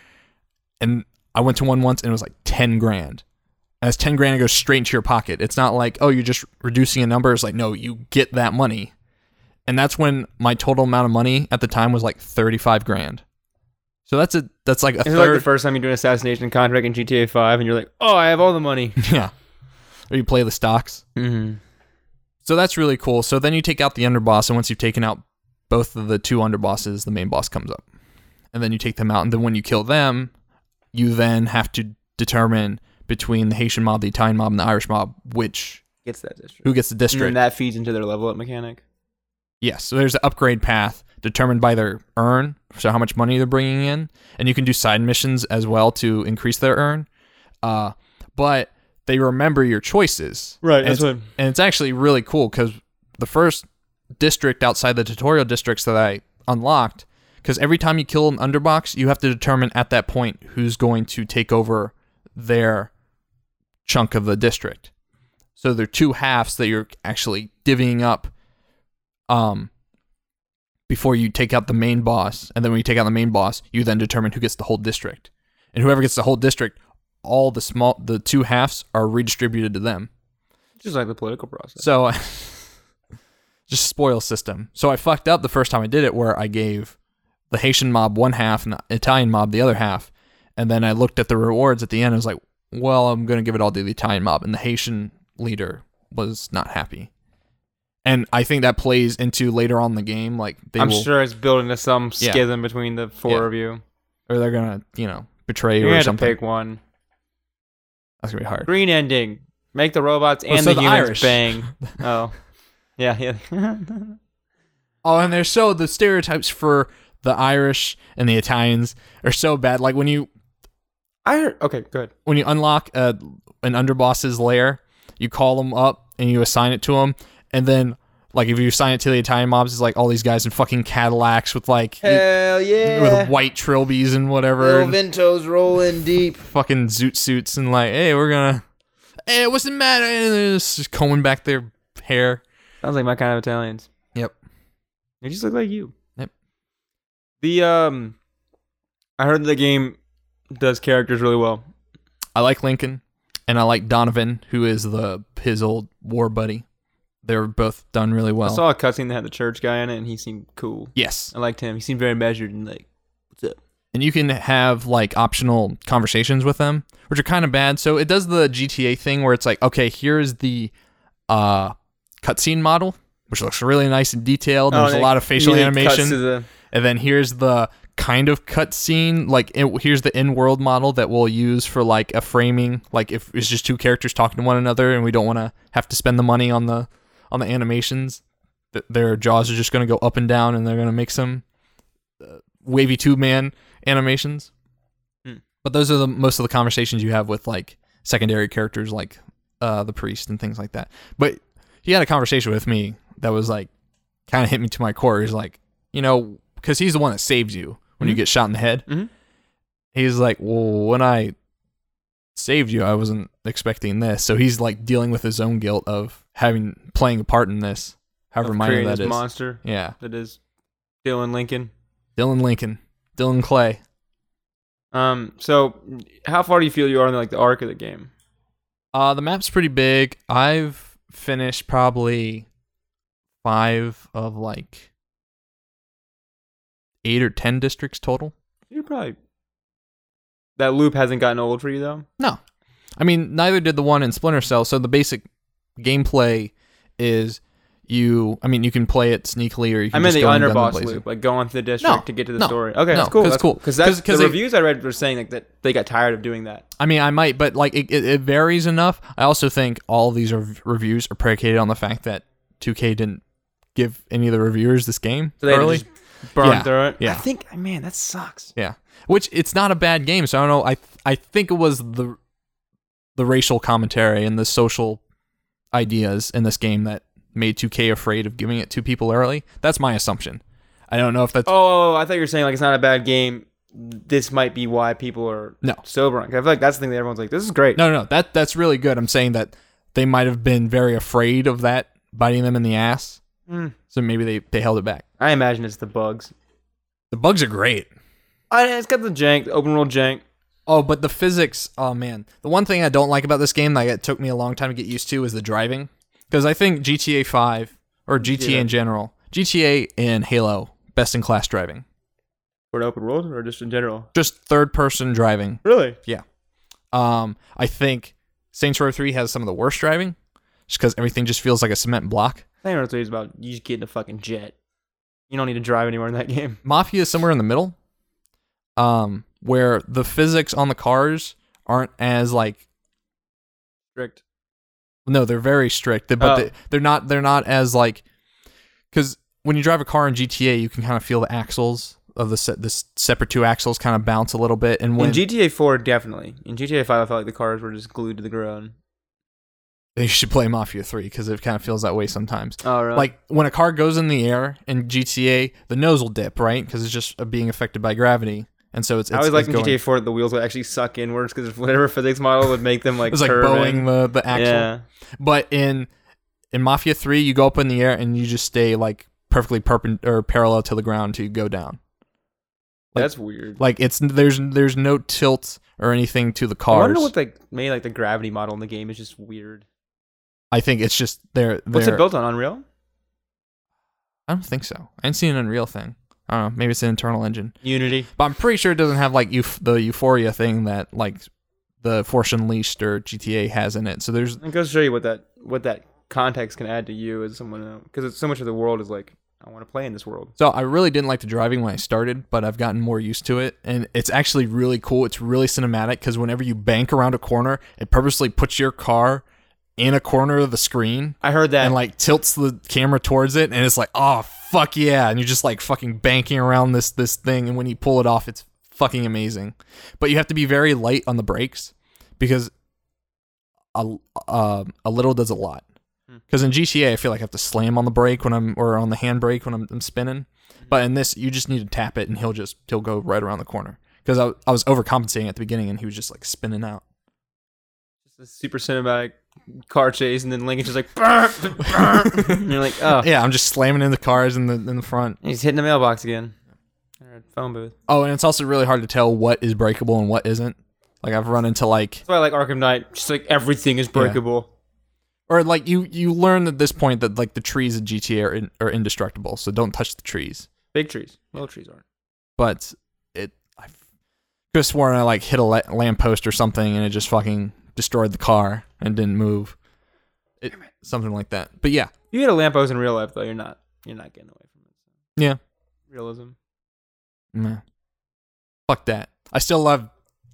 [SPEAKER 1] and I went to one once, and it was like ten grand. And it's ten grand it goes straight into your pocket. It's not like, oh, you're just reducing a number. It's like, no, you get that money. And that's when my total amount of money at the time was like thirty five grand. So that's a that's like a
[SPEAKER 2] It's like
[SPEAKER 1] third
[SPEAKER 2] the first time you do an assassination contract in GTA 5 and you're like, oh, I have all the money.
[SPEAKER 1] Yeah. Or you play the stocks.
[SPEAKER 2] mm-hmm.
[SPEAKER 1] So that's really cool. So then you take out the underboss, and once you've taken out both of the two underbosses, the main boss comes up. And then you take them out, and then when you kill them, you then have to determine between the Haitian mob, the Italian mob, and the Irish mob, which
[SPEAKER 2] Gets that district.
[SPEAKER 1] who gets the
[SPEAKER 2] And then
[SPEAKER 1] district.
[SPEAKER 2] that feeds into their level up mechanic.
[SPEAKER 1] Yes, so there's the upgrade path determined by their earn, so how much money they're bringing in, and you can do side missions as well to increase their earn. Uh, but they remember your choices,
[SPEAKER 2] Right,
[SPEAKER 1] And
[SPEAKER 2] that's
[SPEAKER 1] it's-
[SPEAKER 2] what-
[SPEAKER 1] and it's actually really cool because the first district outside the tutorial districts that I unlocked, because every time you kill an underbox, you have to determine at that point who's going to take over their chunk of the district. So there are two halves that you're actually divvying up um, before you take out the main boss. And then when you take out the main boss, you then determine who gets the whole district. And whoever gets the whole district, all the small the two halves are redistributed to them.
[SPEAKER 2] Just like the political process.
[SPEAKER 1] So just spoil system. So I fucked up the first time I did it where I gave the Haitian mob one half and the Italian mob the other half. And then I looked at the rewards at the end. I was like, well, I'm going to give it all to the Italian mob. And the Haitian leader was not happy. And I think that plays into later on in the game. Like, they
[SPEAKER 2] I'm
[SPEAKER 1] will,
[SPEAKER 2] sure it's building to some
[SPEAKER 1] Yeah.
[SPEAKER 2] schism between the four
[SPEAKER 1] Yeah.
[SPEAKER 2] of you.
[SPEAKER 1] or they're going to, you know, betray you
[SPEAKER 2] You're
[SPEAKER 1] or
[SPEAKER 2] gonna have to
[SPEAKER 1] something.
[SPEAKER 2] pick one.
[SPEAKER 1] That's going to be hard.
[SPEAKER 2] Green ending. Make the robots
[SPEAKER 1] Well,
[SPEAKER 2] and
[SPEAKER 1] Oh,
[SPEAKER 2] the,
[SPEAKER 1] so the
[SPEAKER 2] humans
[SPEAKER 1] Irish.
[SPEAKER 2] bang. oh, yeah, yeah.
[SPEAKER 1] Oh, and they're so the stereotypes for the Irish and the Italians are so bad. Like when you
[SPEAKER 2] I heard. Okay, good.
[SPEAKER 1] when you unlock uh, an underboss's lair, you call them up and you assign it to them, and then like if you assign it to the Italian mobs, it's like all these guys in fucking Cadillacs with like
[SPEAKER 3] Hell
[SPEAKER 1] with
[SPEAKER 3] yeah.
[SPEAKER 1] white trilbies and whatever,
[SPEAKER 3] Little
[SPEAKER 1] and
[SPEAKER 3] Vento's rolling deep.
[SPEAKER 1] fucking zoot suits, and like, hey, we're gonna, hey, what's the matter? And they're just combing back their hair.
[SPEAKER 2] Sounds like my kind of Italians.
[SPEAKER 1] Yep.
[SPEAKER 2] They just look like you.
[SPEAKER 1] Yep.
[SPEAKER 2] The um, I heard the game does characters really well.
[SPEAKER 1] I like Lincoln, and I like Donovan, who is the his old war buddy. They're both done really well.
[SPEAKER 2] I saw a cutscene that had the church guy in it, and he seemed cool.
[SPEAKER 1] yes,
[SPEAKER 2] I liked him. He seemed very measured and like, what's up?
[SPEAKER 1] and you can have like optional conversations with them, which are kind of bad. So it does the GTA thing where it's like, okay, here's the uh, cutscene model, which looks really nice and detailed. and
[SPEAKER 2] Oh,
[SPEAKER 1] There's a
[SPEAKER 2] and it
[SPEAKER 1] lot of facial
[SPEAKER 2] immediately cuts
[SPEAKER 1] animation,
[SPEAKER 2] to the-
[SPEAKER 1] and then here's the kind of cutscene. Like it, here's the in-world model that we'll use for like a framing. Like if it's just two characters talking to one another, and we don't want to have to spend the money on the on the animations, th- their jaws are just going to go up and down, and they're going to make some uh, wavy two man animations.
[SPEAKER 2] Hmm.
[SPEAKER 1] But those are the most of the conversations you have with like secondary characters, like uh, the priest and things like that. But he had a conversation with me that was like kind of hit me to my core. He's like, you know, because he's the one that saves you when you
[SPEAKER 2] Mhm.
[SPEAKER 1] get shot in the head.
[SPEAKER 2] Mhm.
[SPEAKER 1] He's like, well, when I saved you, I wasn't expecting this. So he's like dealing with his own guilt of having playing a part in this, however
[SPEAKER 2] of
[SPEAKER 1] minor
[SPEAKER 2] creating
[SPEAKER 1] that
[SPEAKER 2] this
[SPEAKER 1] is.
[SPEAKER 2] monster
[SPEAKER 1] Yeah,
[SPEAKER 2] that is Dylan Lincoln.
[SPEAKER 1] Dylan Lincoln, Dylan Clay.
[SPEAKER 2] Um, so how far do you feel you are in like the arc of the game?
[SPEAKER 1] Uh, the map's pretty big. I've finished probably five of like eight or ten districts total.
[SPEAKER 2] You're probably that loop hasn't gotten old for you though.
[SPEAKER 1] No. I mean, neither did the one in Splinter Cell. So the basic gameplay is you. I mean, you can play it sneakily, or you can.
[SPEAKER 2] I mean
[SPEAKER 1] just
[SPEAKER 2] the
[SPEAKER 1] go in guns
[SPEAKER 2] underboss
[SPEAKER 1] a blazing.
[SPEAKER 2] loop, like going through the district
[SPEAKER 1] No,
[SPEAKER 2] to get to the
[SPEAKER 1] no,
[SPEAKER 2] story. Okay,
[SPEAKER 1] no,
[SPEAKER 2] that's cool.
[SPEAKER 1] 'cause
[SPEAKER 2] That's
[SPEAKER 1] cool.
[SPEAKER 2] Because that's
[SPEAKER 1] 'Cause- 'cause
[SPEAKER 2] the
[SPEAKER 1] they-
[SPEAKER 2] reviews I read were saying like that they got tired of doing that.
[SPEAKER 1] I mean, I might, but like it, it, it varies enough. I also think all these rev- reviews are predicated on the fact that 2K didn't give any of the reviewers this game
[SPEAKER 2] So they had to
[SPEAKER 1] early.
[SPEAKER 2] just burned
[SPEAKER 1] Yeah,
[SPEAKER 2] through it.
[SPEAKER 1] yeah.
[SPEAKER 2] I think man, that sucks.
[SPEAKER 1] Yeah, which it's not a bad game. So I don't know. I I think it was the the racial commentary and the social ideas in this game that made 2K afraid of giving it to people early. That's my assumption. I don't know if that's
[SPEAKER 2] Oh, I thought you were saying like it's not a bad game. This might be why people are
[SPEAKER 1] No.
[SPEAKER 2] sober. I feel like that's the thing that everyone's like, this is great.
[SPEAKER 1] no, no, no. That that's really good. I'm saying that they might have been very afraid of that biting them in the ass.
[SPEAKER 2] Mm.
[SPEAKER 1] So maybe they they held it back.
[SPEAKER 2] I imagine it's the bugs.
[SPEAKER 1] The bugs are great.
[SPEAKER 2] I, it's got the jank, the open world jank.
[SPEAKER 1] Oh, but the physics. Oh man, the one thing I don't like about this game that it took me a long time to get used to is the driving. Because I think GTA Five or GTA
[SPEAKER 2] Yeah.
[SPEAKER 1] in general, GTA and Halo, best in class driving,
[SPEAKER 2] For an open world or just in general?
[SPEAKER 1] just third person driving.
[SPEAKER 2] Really?
[SPEAKER 1] Um, I think Saints Row Three has some of the worst driving, just because everything just feels like a cement block.
[SPEAKER 2] I think that's what he's about. You just get in a fucking jet. You don't need to drive anywhere in that game.
[SPEAKER 1] Mafia is somewhere in the middle, um, where the physics on the cars aren't as like
[SPEAKER 2] Strict.
[SPEAKER 1] no, they're very strict, but
[SPEAKER 2] Oh.
[SPEAKER 1] they, they're not they're not as like because when you drive a car in GTA, you can kind of feel the axles of the se- the s- separate two axles kind of bounce a little bit, and when
[SPEAKER 2] In GTA 4, definitely. In GTA 5, I felt like the cars were just glued to the ground.
[SPEAKER 1] you should play Mafia Three because it kind of feels that way sometimes.
[SPEAKER 2] Oh, really?
[SPEAKER 1] Like when a car goes in the air in GTA, the nose will dip, right? Because it's just uh, being affected by gravity, and so it's. it's
[SPEAKER 2] I always like
[SPEAKER 1] it's
[SPEAKER 2] in
[SPEAKER 1] going-
[SPEAKER 2] GTA 4 that the wheels would actually suck inwards because whatever physics model would make them like
[SPEAKER 1] It's like
[SPEAKER 2] curving.
[SPEAKER 1] bowing the the axle.
[SPEAKER 2] Yeah.
[SPEAKER 1] But in in Mafia Three, you go up in the air and you just stay like perfectly perpend or parallel to the ground till you go down. Like-
[SPEAKER 2] that's weird.
[SPEAKER 1] Like it's there's there's no tilt or anything to the
[SPEAKER 2] I
[SPEAKER 1] cars. I,
[SPEAKER 2] wonder what like made like the gravity model in the game is just weird.
[SPEAKER 1] think it's just they're, they're
[SPEAKER 2] What's it built on? Unreal?
[SPEAKER 1] I don't think so. I didn't see an Unreal thing. I don't know. Maybe it's an internal engine,
[SPEAKER 2] Unity.
[SPEAKER 1] but I'm pretty sure it doesn't have like euf- the Euphoria thing that like the Force Unleashed or GTA has in it. So there's
[SPEAKER 2] It goes to show you what that what that context can add to you as someone because so much of the world is like I want to play in this world.
[SPEAKER 1] So I really didn't like the driving when I started, but I've gotten more used to it, and it's actually really cool. It's really cinematic because whenever you bank around a corner, it purposely puts your car in a corner of the screen
[SPEAKER 2] I heard that.
[SPEAKER 1] and like tilts the camera towards it, and it's like, oh fuck yeah, and you're just like fucking banking around this this thing, and when you pull it off, it's fucking amazing. But you have to be very light on the brakes because a uh, a little does a lot. Because in GTA, I feel like I have to slam on the brake when I'm or on the handbrake when I'm, I'm spinning. But in this, you just need to tap it, and he'll just he'll go right around the corner. Because I, I was overcompensating at the beginning, and he was just like spinning out.
[SPEAKER 2] just a super cinematic car chase, and then Lincoln's just like, "Brr, brr," and you're like, oh,
[SPEAKER 1] Yeah, I'm just slamming in the cars in the in the front.
[SPEAKER 2] he's hitting the mailbox again. Or a phone booth.
[SPEAKER 1] Oh, and it's also really hard to tell what is breakable and what isn't. Like I've run into like
[SPEAKER 2] That's why I like Arkham Knight. Just like everything is breakable.
[SPEAKER 1] or like you you learn at this point that like the trees in GTA are, in, are indestructible, so don't touch the trees.
[SPEAKER 2] Big trees, little trees aren't.
[SPEAKER 1] But it I could have sworn I like hit a la- lamppost or something, and it just fucking destroyed the car and didn't move. It, something like that. But yeah,
[SPEAKER 2] You hit a lamppost in real life though. You're not. You're not getting away from it.
[SPEAKER 1] Yeah.
[SPEAKER 2] Realism.
[SPEAKER 1] meh. fuck that. I still love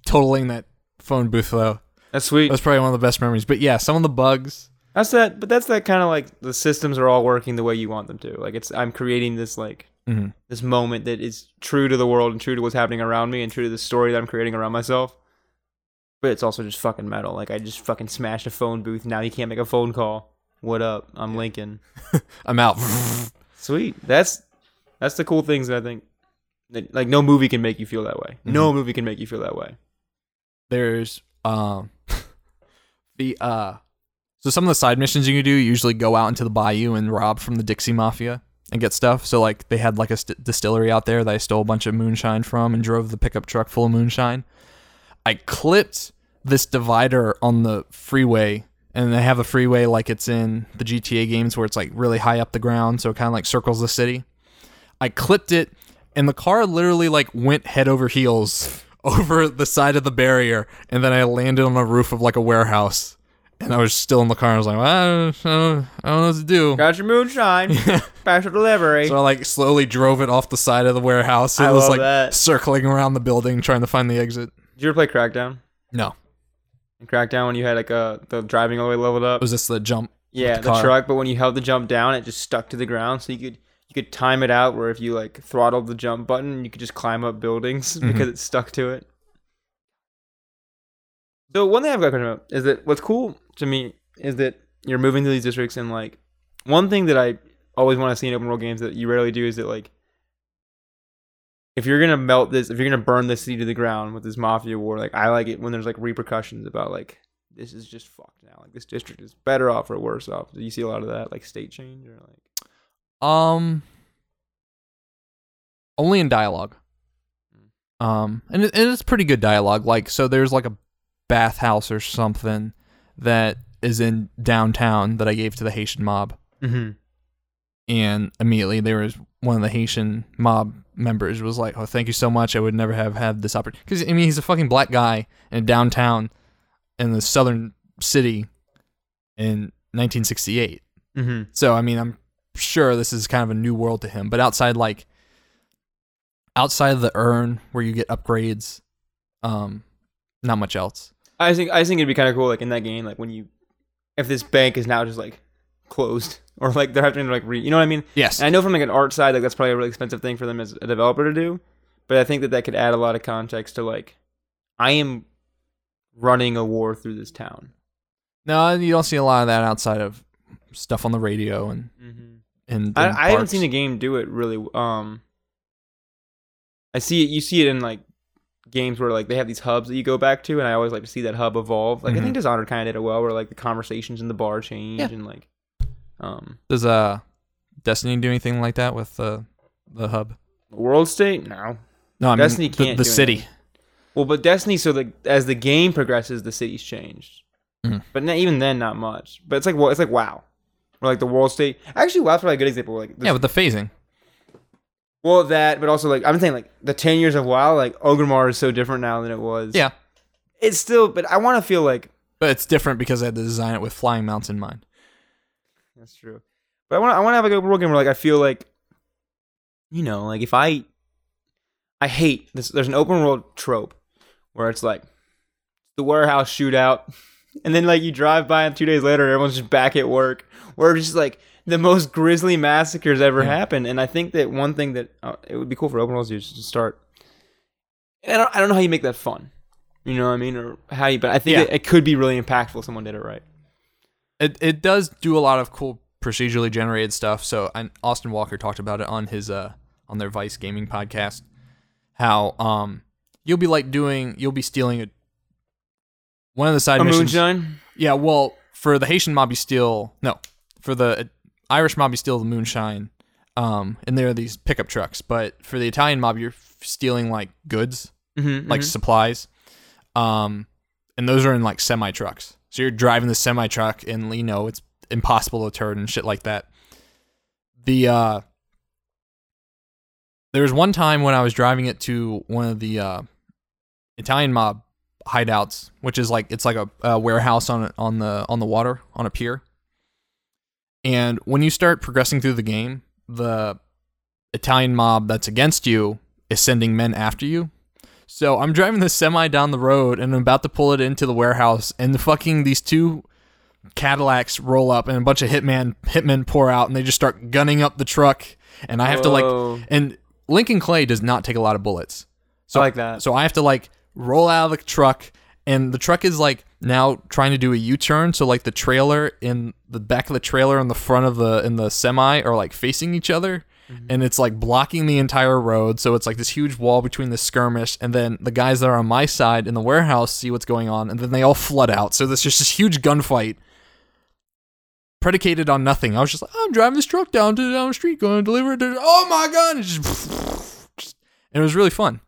[SPEAKER 1] totaling that phone booth though.
[SPEAKER 2] That's sweet.
[SPEAKER 1] That's probably one of the best memories. But yeah, some of the bugs.
[SPEAKER 2] That's that, but that's that kind of like the systems are all working the way you want them to. Like it's I'm creating this like
[SPEAKER 1] Mm-hmm.
[SPEAKER 2] this moment that is true to the world and true to what's happening around me and true to the story that I'm creating around myself. But it's also just fucking metal. Like I just fucking smashed a phone booth. Now you can't make a phone call. What up? I'm Lincoln.
[SPEAKER 1] I'm out.
[SPEAKER 2] Sweet. That's that's the cool things that I think. That, like no movie can make you feel that way. No movie can make you feel that way.
[SPEAKER 1] there's um the uh so some of the side missions you can do you usually go out into the bayou and rob from the Dixie Mafia and get stuff. So like they had like a st- distillery out there that I stole a bunch of moonshine from and drove the pickup truck full of moonshine. I clipped this divider on the freeway and they have a freeway like it's in the GTA games where it's like really high up the ground so it kind of like circles the city. I clipped it, and the car literally like went head over heels over the side of the barrier, and then I landed on the roof of like a warehouse, and I was still in the car. I was like, well, I, don't, I, don't, I don't know what to do.
[SPEAKER 2] Got your moonshine. Special delivery.
[SPEAKER 1] So I like slowly drove it off the side of the warehouse. It
[SPEAKER 2] I
[SPEAKER 1] was
[SPEAKER 2] love
[SPEAKER 1] like
[SPEAKER 2] that.
[SPEAKER 1] circling around the building trying to find the exit.
[SPEAKER 2] Did you ever play Crackdown?
[SPEAKER 1] No,
[SPEAKER 2] In Crackdown, when you had like uh the driving all the way leveled up.
[SPEAKER 1] was this the jump?
[SPEAKER 2] Yeah,
[SPEAKER 1] the
[SPEAKER 2] the,
[SPEAKER 1] car.
[SPEAKER 2] truck. But when you held the jump down, it just stuck to the ground. So you could you could time it out where if you like throttled the jump button, you could just climb up buildings because it stuck to it. So one thing I've got a question about is that what's cool to me is that you're moving to these districts and like one thing that I always want to see in open world games that you rarely do is that like if you're gonna melt this, if you're gonna burn this city to the ground with this mafia war, like I like it when there's like repercussions about like this is just fucked now. Like this district is better off or worse off. Do you see a lot of that, like state change or like?
[SPEAKER 1] Um, only in dialogue. Um, and, it, and it's pretty good dialogue. Like, so there's like a bathhouse or something that is in downtown that I gave to the Haitian mob,
[SPEAKER 2] Mm-hmm.
[SPEAKER 1] and immediately there was one of the Haitian mob members was like, "Oh, thank you so much. I would never have had this opportunity." Because I mean, he's a fucking black guy in downtown in the southern city in 1968.
[SPEAKER 2] Mm-hmm.
[SPEAKER 1] So I mean, I'm sure this is kind of a new world to him. But outside, like outside of the urn where you get upgrades, um, not much else.
[SPEAKER 2] I think I think it'd be kind of cool, like in that game, like when you, if this bank is now just like closed or like they're having to like re, you know what I mean?
[SPEAKER 1] Yes.
[SPEAKER 2] And I know from like an art side, like that's probably a really expensive thing for them as a developer to do, but I think that that could add a lot of context to like, I am running a war through this town.
[SPEAKER 1] no, you don't see a lot of that outside of stuff on the radio and
[SPEAKER 2] Mm-hmm.
[SPEAKER 1] and. and
[SPEAKER 2] I, I haven't
[SPEAKER 1] parks.
[SPEAKER 2] seen a game do it really. Um, I see it. You see it in like games where like they have these hubs that you go back to, and I always like to see that hub evolve. Like I
[SPEAKER 1] Mhm.
[SPEAKER 2] think Dishonored kind of did it well, where like the conversations in the bar change
[SPEAKER 1] Yeah.
[SPEAKER 2] and like, um,
[SPEAKER 1] Does uh, Destiny do anything like that with uh, the hub?
[SPEAKER 2] world state. No,
[SPEAKER 1] No, I
[SPEAKER 2] Destiny
[SPEAKER 1] mean the-
[SPEAKER 2] can't
[SPEAKER 1] the,
[SPEAKER 2] do
[SPEAKER 1] city.
[SPEAKER 2] anything. well, but Destiny. So like as the game progresses, the city's changed.
[SPEAKER 1] Mhm.
[SPEAKER 2] But not, even then, not much. But it's like well, it's like wow. or like the world state. Actually, WoW's probably a good example. Like, this,
[SPEAKER 1] Yeah, with the phasing.
[SPEAKER 2] well, that, but also like I'm saying, like the ten years of WoW, like Ogremar is so different now than it was.
[SPEAKER 1] Yeah.
[SPEAKER 2] it's still, but I want to feel like
[SPEAKER 1] But it's different because I had to design it with flying mounts in mind.
[SPEAKER 2] That's true. But I want I want to have like a world game where like I feel like, you know, like if I, I hate this. There's an open world trope where it's like the warehouse shootout, and then like you drive by and two days later everyone's just back at work, where it's just like the most grisly massacres ever happened. And I think that one thing that uh, it would be cool for open worlds to just to start. And I don't I don't know how you make that fun. You know what I mean, or how you? But I think
[SPEAKER 1] Yeah.
[SPEAKER 2] it, it could be really impactful if someone did it right.
[SPEAKER 1] It it does do a lot of cool procedurally generated stuff. So and Austin Walker talked about it on his uh on their Vice Gaming podcast. How um you'll be like doing you'll be stealing a one of the side
[SPEAKER 2] A
[SPEAKER 1] missions.
[SPEAKER 2] moonshine.
[SPEAKER 1] Yeah, well, for the Haitian mob, you steal no. For the uh, Irish mob, you steal the moonshine, um, and there are these pickup trucks. But for the Italian mob, you're f- stealing like goods,
[SPEAKER 2] Mm-hmm,
[SPEAKER 1] like supplies, um, and those are in like semi trucks. So you're driving the semi truck, and you know it's impossible to turn and shit like that. The uh, there was one time when I was driving it to one of the uh, Italian mob hideouts, which is like it's like a, a warehouse on on the on the water on a pier. And when you start progressing through the game, the Italian mob that's against you is sending men after you. So I'm driving the semi down the road and I'm about to pull it into the warehouse, and the fucking these two Cadillacs roll up and a bunch of hitman hitmen pour out and they just start gunning up the truck, and I have to like
[SPEAKER 2] Whoa.
[SPEAKER 1] and Lincoln Clay does not take a lot of bullets. So
[SPEAKER 2] I like that.
[SPEAKER 1] So I have to like roll out of the truck and the truck is like now trying to do a U-turn so like the trailer in the back of the trailer and the front of the in the semi are like facing each other
[SPEAKER 2] Mm-hmm.
[SPEAKER 1] and it's like blocking the entire road so it's like this huge wall between the skirmish and then the guys that are on my side in the warehouse see what's going on and then they all flood out so there's just this huge gunfight predicated on nothing. I was just like, I'm driving this truck down to down the street, going to deliver it. To, oh my god! And, just, and it was really fun.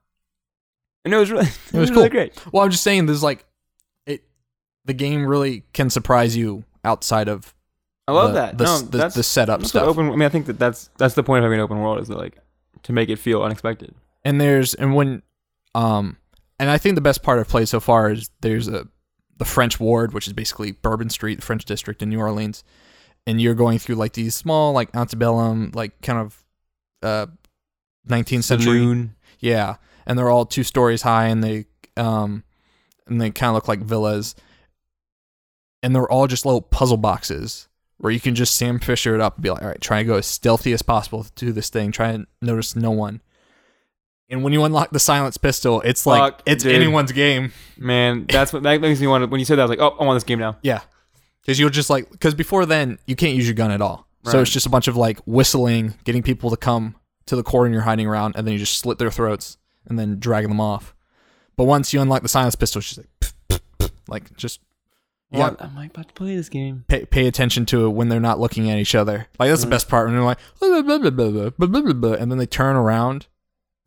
[SPEAKER 2] And it was really, it
[SPEAKER 1] was
[SPEAKER 2] really
[SPEAKER 1] cool.
[SPEAKER 2] great.
[SPEAKER 1] Well, I'm just saying, there's like, it, the game really can surprise you outside of
[SPEAKER 2] I love
[SPEAKER 1] the,
[SPEAKER 2] that.
[SPEAKER 1] the,
[SPEAKER 2] no,
[SPEAKER 1] the,
[SPEAKER 2] that's,
[SPEAKER 1] the setup
[SPEAKER 2] that's what
[SPEAKER 1] stuff.
[SPEAKER 2] Open, I mean, I think that that's that's the point of having an open world is that, like to make it feel unexpected.
[SPEAKER 1] and there's and when, um, and I think the best part I've played so far is there's a the French Ward, which is basically Bourbon Street, the French district in New Orleans, and you're going through like these small like antebellum like kind of, uh, 19th century Yeah, and they're all two stories high, and they um, and they kind of look like villas, and they're all just little puzzle boxes where you can just Sam Fisher it up and be like, all right, try and go as stealthy as possible to this thing, try and notice no one. And when you unlock the silence pistol, it's like
[SPEAKER 2] Fuck,
[SPEAKER 1] it's
[SPEAKER 2] dude.
[SPEAKER 1] anyone's game.
[SPEAKER 2] Man, that's what that makes me want. to, When you said that, I was like, oh, I want this game now.
[SPEAKER 1] Yeah, because you'll just like because before then you can't use your gun at all, so
[SPEAKER 2] Right.
[SPEAKER 1] it's just a bunch of like whistling, getting people to come to the cordon you're hiding around, and then you just slit their throats and then dragging them off. But once you unlock the silence pistol, it's just like pff, pff, pff, like just you
[SPEAKER 2] Yeah,
[SPEAKER 1] gotta
[SPEAKER 2] I'm like about to play this game.
[SPEAKER 1] pay, pay attention to it when they're not looking at each other. Like that's the best part when they're like blah, blah, blah, blah, blah, blah, blah, blah, blah, and then they turn around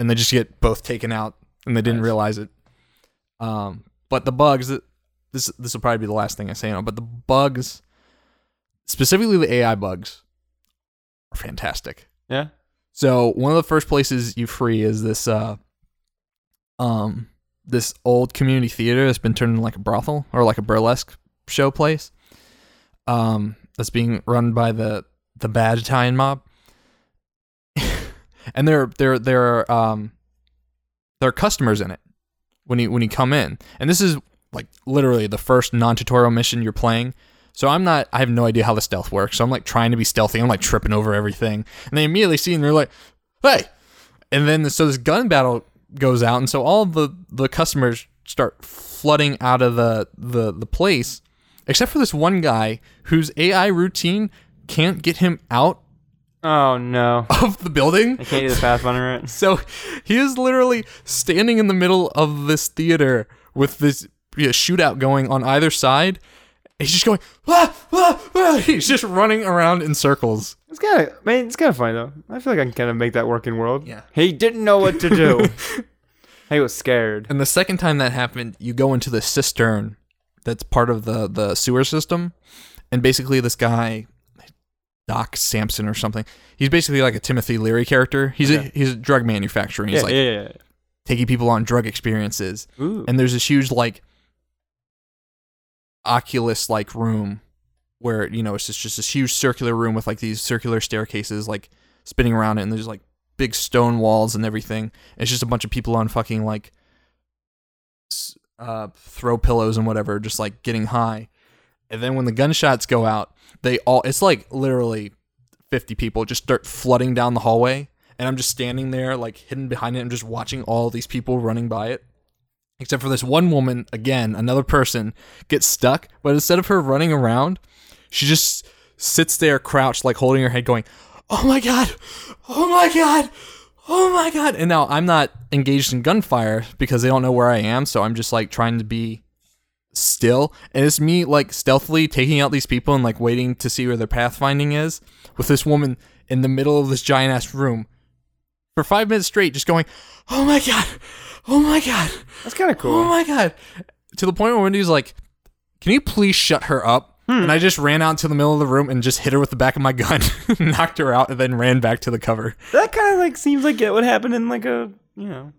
[SPEAKER 1] and they just get both taken out and they didn't
[SPEAKER 2] Nice.
[SPEAKER 1] realize it. Um, but the bugs this this will probably be the last thing I say on, it, but the bugs specifically the AI bugs are fantastic.
[SPEAKER 2] Yeah,
[SPEAKER 1] So one of the first places you free is this uh um this old community theater that's been turned into like a brothel or like a burlesque show place. Um that's being run by the the bad Italian mob. and there there there are um there are customers in it when you when you come in. And this is like literally the first non-tutorial mission you're playing. So I'm not I have no idea how the stealth works. So I'm like trying to be stealthy. I'm like tripping over everything. And they immediately see and they're like, "Hey!" And then so this gun battle goes out and so all the the customers start flooding out of the the the place except for this one guy whose AI routine can't get him out
[SPEAKER 2] Oh no,
[SPEAKER 1] of the building.
[SPEAKER 2] I can't do the Pathfinder it.
[SPEAKER 1] So he is literally standing in the middle of this theater with this you know, shootout going on either side. He's just going, ah, ah, ah." he's just running around in circles.
[SPEAKER 2] It's kind of, man, it's kind of funny though. I feel like I can kind of make that work in world.
[SPEAKER 1] Yeah.
[SPEAKER 2] he didn't know what to do. he was scared.
[SPEAKER 1] And the second time that happened, you go into the cistern that's part of the the sewer system, and basically this guy Doc Sampson or something. He's basically like a Timothy Leary character. He's
[SPEAKER 4] Okay.
[SPEAKER 1] a he's a drug manufacturer. And he's
[SPEAKER 4] yeah,
[SPEAKER 1] like
[SPEAKER 4] yeah, yeah,
[SPEAKER 1] taking people on drug experiences.
[SPEAKER 4] yeah. Ooh.
[SPEAKER 1] and there's this huge like oculus like room where you know it's just, just this huge circular room with like these circular staircases like spinning around it and there's like big stone walls and everything it's just a bunch of people on fucking like s- uh throw pillows and whatever just like getting high and then when the gunshots go out they all it's like literally 50 people just start flooding down the hallway and i'm just standing there like hidden behind it and just watching all these people running by it except for this one woman again another person gets stuck but instead of her running around she just sits there crouched like holding her head going oh my god oh my god oh my god and now i'm not engaged in gunfire because they don't know where i am so i'm just like trying to be still and it's me like stealthily taking out these people and like waiting to see where their pathfinding is with this woman in the middle of this giant ass room for five minutes straight just going oh my god oh my god
[SPEAKER 2] That's kind of
[SPEAKER 1] Oh my god! To the point where Wendy's like, "Can you please shut her up?" And I just ran out into the middle of the room and just hit her with the back of my gun, knocked her out, and then ran back to the cover.
[SPEAKER 2] That kind of like seems like it would happen in like a you know.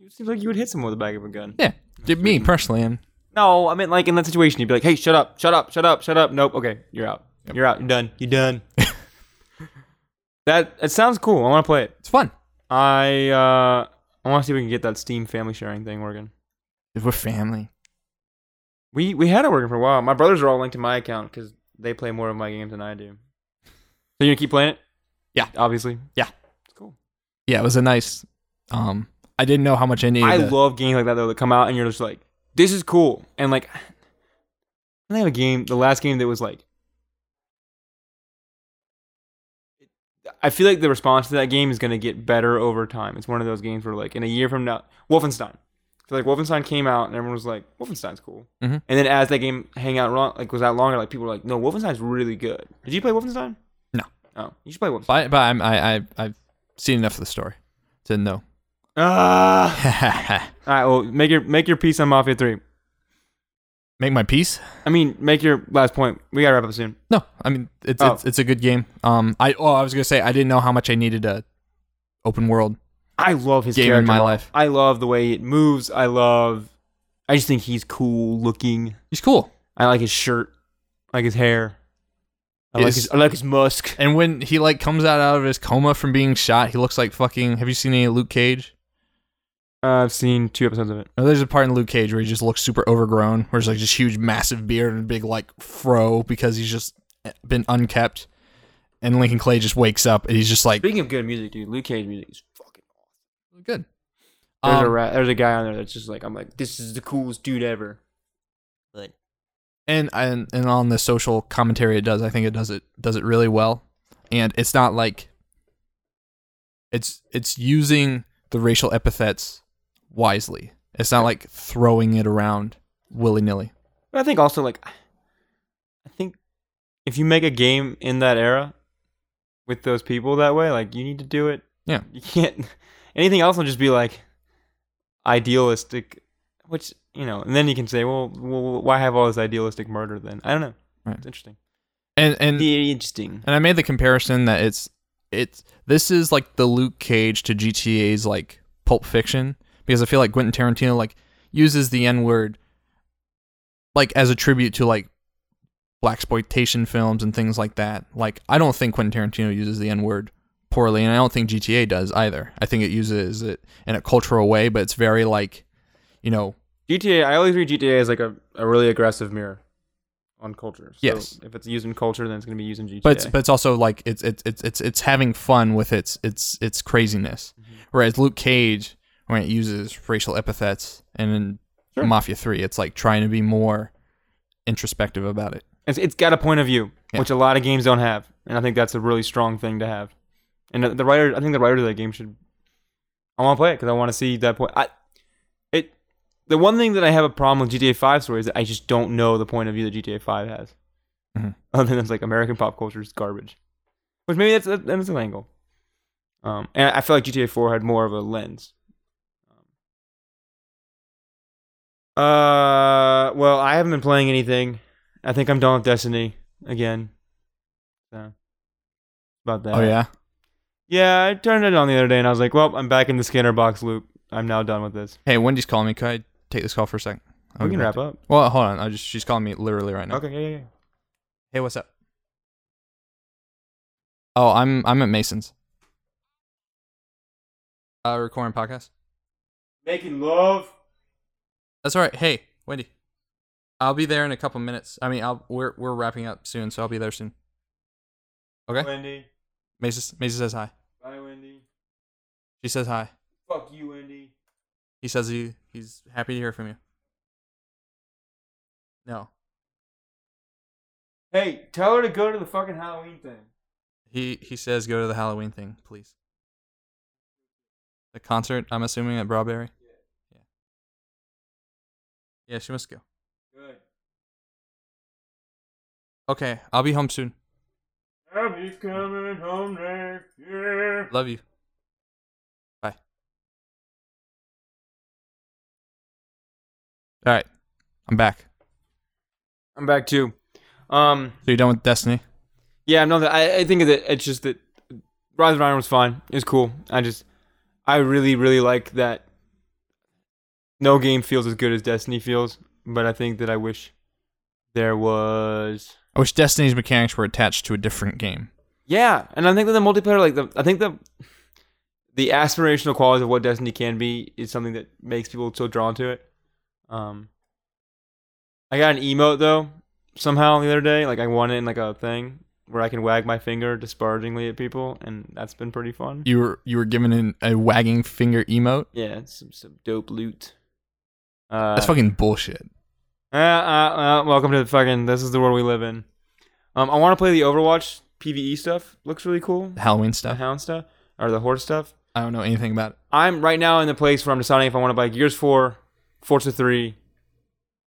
[SPEAKER 2] It seems like you would hit someone with the back of a gun.
[SPEAKER 1] Yeah, did me personally, and
[SPEAKER 2] No, I mean like in that situation, you'd be like, "Hey, shut up, shut up, shut up, shut up." Nope. Okay, you're out. You're out. You're done. You're done. that it sounds cool. I want to play it.
[SPEAKER 1] it's fun.
[SPEAKER 2] I uh, I want to see if we can get that Steam family sharing thing working.
[SPEAKER 1] We're family.
[SPEAKER 2] We we had it working for a while. My brothers are all linked to my account because they play more of my games than I do. So you're gonna keep playing it?
[SPEAKER 1] Yeah.
[SPEAKER 2] obviously.
[SPEAKER 1] Yeah.
[SPEAKER 2] it's cool.
[SPEAKER 1] Yeah, it was a nice. Um, I didn't know how much any. Of
[SPEAKER 2] I
[SPEAKER 1] the-
[SPEAKER 2] love games like that though that come out and you're just like, this is cool. And like, I have a game, the last game that was like, I feel like the response to that game is gonna get better over time. It's one of those games where like in a year from now, Wolfenstein. So like Wolfenstein came out and everyone was like, Wolfenstein's cool.
[SPEAKER 1] Mhm.
[SPEAKER 2] And then as that game hang out wrong, like was out longer, like people were like, no, Wolfenstein's really good. Did you play Wolfenstein?
[SPEAKER 1] No.
[SPEAKER 2] Oh, you should play Wolfenstein.
[SPEAKER 1] but but I'm, I I I've seen enough of the story to know.
[SPEAKER 2] Ah. All right, well, make your make your peace on Mafia Three.
[SPEAKER 1] Make my peace.
[SPEAKER 2] I mean, make your last point. We gotta wrap up soon.
[SPEAKER 1] No, I mean it's
[SPEAKER 2] Oh.
[SPEAKER 1] it's it's a good game. Um, I oh I was gonna say I didn't know how much I needed a open world
[SPEAKER 2] I love his
[SPEAKER 1] game in
[SPEAKER 2] character.
[SPEAKER 1] my life.
[SPEAKER 2] I love the way it moves. I love. I just think he's cool looking.
[SPEAKER 1] It's cool.
[SPEAKER 2] I like his shirt. I like his hair. I like
[SPEAKER 1] Is-
[SPEAKER 2] his. I like his musk.
[SPEAKER 1] And when he like comes out out of his coma from being shot, he looks like fucking. Have you seen any Luke Cage?
[SPEAKER 2] Uh, I've seen two episodes of it.
[SPEAKER 1] No, there's a part in Luke Cage where he just looks super overgrown, where it's like just huge, massive beard and big like fro because he's just eh, been unkept. And Lincoln Clay just wakes up and he's just like
[SPEAKER 2] Speaking of good music, dude, Luke Cage music is fucking.
[SPEAKER 1] good.
[SPEAKER 2] There's a
[SPEAKER 1] Um,
[SPEAKER 2] ra- there's a guy on there that's just like I'm like this is the coolest dude ever.
[SPEAKER 1] and and and on the social commentary it does i think it does it does it really well and it's not like it's it's using the racial epithets wisely it's not like throwing it around willy-nilly
[SPEAKER 2] But I think also like I think if you make a game in that era with those people that way, like you need to do it.
[SPEAKER 1] Yeah.
[SPEAKER 2] You can't anything else will just be like idealistic which you know, and then you can say, well, well why have all this idealistic murder then? I don't know.
[SPEAKER 1] Right.
[SPEAKER 2] It's interesting.
[SPEAKER 1] and and
[SPEAKER 2] Interesting.
[SPEAKER 1] and i made the comparison that it's it's this is like the luke cage to gta's like pulp fiction because i feel like quentin tarantino like uses the n word like as a tribute to like black exploitation films and things like that like i don't think quentin tarantino uses the n word poorly and i don't think gta does either i think it uses it in a cultural way but it's very like you know
[SPEAKER 2] GTA, I always read GTA as like a, a really aggressive mirror on culture. So
[SPEAKER 1] Yes.
[SPEAKER 2] If it's used in culture, then it's going to be used in GTA.
[SPEAKER 1] but it's, but it's also like it's it's it's it's it's having fun with its its its craziness.
[SPEAKER 2] Mm-hmm.
[SPEAKER 1] Whereas Luke Cage, when it uses racial epithets, and in
[SPEAKER 2] Sure.
[SPEAKER 1] Mafia Three, it's like trying to be more introspective about it.
[SPEAKER 2] It's, it's got a point of view,
[SPEAKER 1] Yeah.
[SPEAKER 2] which a lot of games don't have, and I think that's a really strong thing to have. And the writer, I think the writer of that game should. I want to play it because I want to see that point. I, it, the one thing that I have a problem with GTA Five story is that I just don't know the point of view that GTA Five has.
[SPEAKER 1] Mhm.
[SPEAKER 2] Other than it's like American pop culture is garbage, which maybe that's that- that's an angle. Um, and I feel like GTA Four had more of a lens. Um, Uh, well, I haven't been playing anything. I think I'm done with Destiny again. So about that.
[SPEAKER 1] Oh yeah.
[SPEAKER 2] Yeah, I turned it on the other day and I was like, well, I'm back in the Skinner box loop. I'm now done with this.
[SPEAKER 1] Hey, Wendy's calling me. Can I take this call for a second?
[SPEAKER 2] we can wrap up.
[SPEAKER 1] Well, hold on. I just she's calling me literally right now.
[SPEAKER 2] Okay, yeah, yeah, yeah.
[SPEAKER 1] Hey, what's up? Oh, I'm I'm at Mason's. Uh, recording podcast.
[SPEAKER 2] Making love.
[SPEAKER 1] That's all right. Hey, Wendy, I'll be there in a couple minutes. I mean, I'll we're we're wrapping up soon, so I'll be there soon. Okay.
[SPEAKER 2] Wendy.
[SPEAKER 1] Mason Mason says hi.
[SPEAKER 2] Bye, Wendy.
[SPEAKER 1] She says hi.
[SPEAKER 2] Fuck you, Wendy.
[SPEAKER 1] He says he he's happy to hear from you. No,
[SPEAKER 2] Hey, tell her to go to the fucking Halloween thing.
[SPEAKER 1] he he says go to the Halloween thing, please. The concert, I'm assuming at Brawberry. Yeah. Yeah, she must go.
[SPEAKER 2] Good.
[SPEAKER 1] Okay, I'll be home soon.
[SPEAKER 2] I'll be coming home next year.
[SPEAKER 1] Love you. Bye. All right, I'm back.
[SPEAKER 2] I'm back too. Um,
[SPEAKER 1] So you're done with Destiny?
[SPEAKER 2] yeah, no, I, I think that it's just that Rise of Iron was fine. It's cool. I just, I really, really like that. No game feels as good as Destiny feels, but I think that I wish there was.
[SPEAKER 1] I wish Destiny's mechanics were attached to a different game.
[SPEAKER 2] Yeah, and I think that the multiplayer, like the, I think the the aspirational qualities of what Destiny can be is something that makes people so drawn to it. Um, I got an emote though somehow the other day. Like I won in like a thing where I can wag my finger disparagingly at people, and that's been pretty fun.
[SPEAKER 1] You were you were given an, a wagging finger emote.
[SPEAKER 2] Yeah, it's some, some dope loot. Uh,
[SPEAKER 1] That's fucking bullshit.
[SPEAKER 2] Uh, uh, uh, welcome to the fucking. This is the world we live in. Um, I want to play the Overwatch PVE stuff. Looks really cool.
[SPEAKER 1] The Halloween
[SPEAKER 2] The
[SPEAKER 1] stuff.
[SPEAKER 2] hound stuff or the horde stuff.
[SPEAKER 1] I don't know anything about it.
[SPEAKER 2] I'm right now in the place where I'm deciding if I want to buy Gears 4, Forza 3,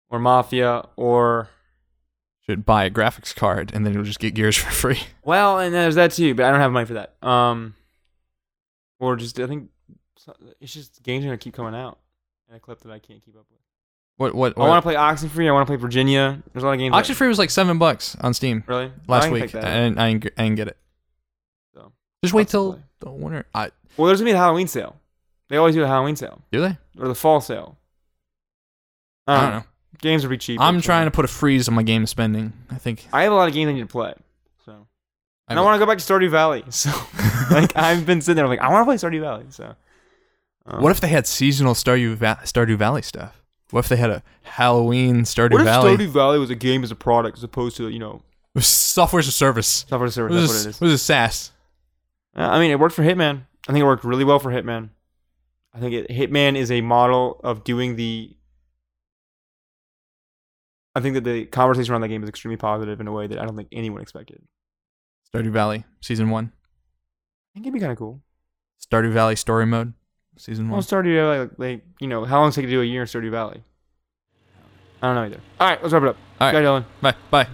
[SPEAKER 2] or Mafia, or
[SPEAKER 1] Should buy a graphics card and then you'll just get Gears for free.
[SPEAKER 2] well, and there's that too, but I don't have money for that. Um, or just I think it's just games are gonna keep coming out in a clip that I can't keep up with.
[SPEAKER 1] What what?
[SPEAKER 2] I
[SPEAKER 1] what?
[SPEAKER 2] want to play Oxenfree. I want to play Virginia. There's a lot of games.
[SPEAKER 1] Auction free was like seven bucks on Steam
[SPEAKER 2] that, really
[SPEAKER 1] last
[SPEAKER 2] I can
[SPEAKER 1] week.
[SPEAKER 2] pick that
[SPEAKER 1] I
[SPEAKER 2] up.
[SPEAKER 1] didn't, I, didn't, I didn't get it.
[SPEAKER 2] So,
[SPEAKER 1] just wait
[SPEAKER 2] lots to
[SPEAKER 1] till
[SPEAKER 2] play.
[SPEAKER 1] the winter. I,
[SPEAKER 2] Well, there's gonna be a Halloween sale. They always do a Halloween sale
[SPEAKER 1] do they?
[SPEAKER 2] or the fall sale. Uh,
[SPEAKER 1] I don't know.
[SPEAKER 2] Games will be cheap.
[SPEAKER 1] I'm trying to put a freeze on my game spending. I think.
[SPEAKER 2] I have a lot of games I need to play. So.
[SPEAKER 1] I
[SPEAKER 2] And I, want to go back to Stardew Valley. So, like, I've been sitting there, I'm like, I want to play Stardew Valley. So, um,
[SPEAKER 1] What if they had seasonal Stardew, Va- Stardew Valley stuff? What if they had a Halloween Stardew
[SPEAKER 2] what if
[SPEAKER 1] Valley?
[SPEAKER 2] Stardew Valley was a game as a product as opposed to you know
[SPEAKER 1] It was software as a service.
[SPEAKER 2] software as a
[SPEAKER 1] It
[SPEAKER 2] service? That's
[SPEAKER 1] was, a,
[SPEAKER 2] what it is.
[SPEAKER 1] it was a SaaS.
[SPEAKER 2] Uh, I mean, it worked for Hitman. I think it worked really well for Hitman. I think it, Hitman is a model of doing the. I think that the conversation around that game is extremely positive in a way that I don't think anyone expected.
[SPEAKER 1] Stardew Valley season one.
[SPEAKER 2] I think it'd be kind of cool.
[SPEAKER 1] Stardew Valley story mode season
[SPEAKER 2] Well,
[SPEAKER 1] one.
[SPEAKER 2] Stardew Valley, like, they, you know, how long does it take to do a year in Stardew Valley? I don't know either. All right, let's wrap it up.
[SPEAKER 1] All right.
[SPEAKER 2] Bye, Dylan.
[SPEAKER 1] Bye bye.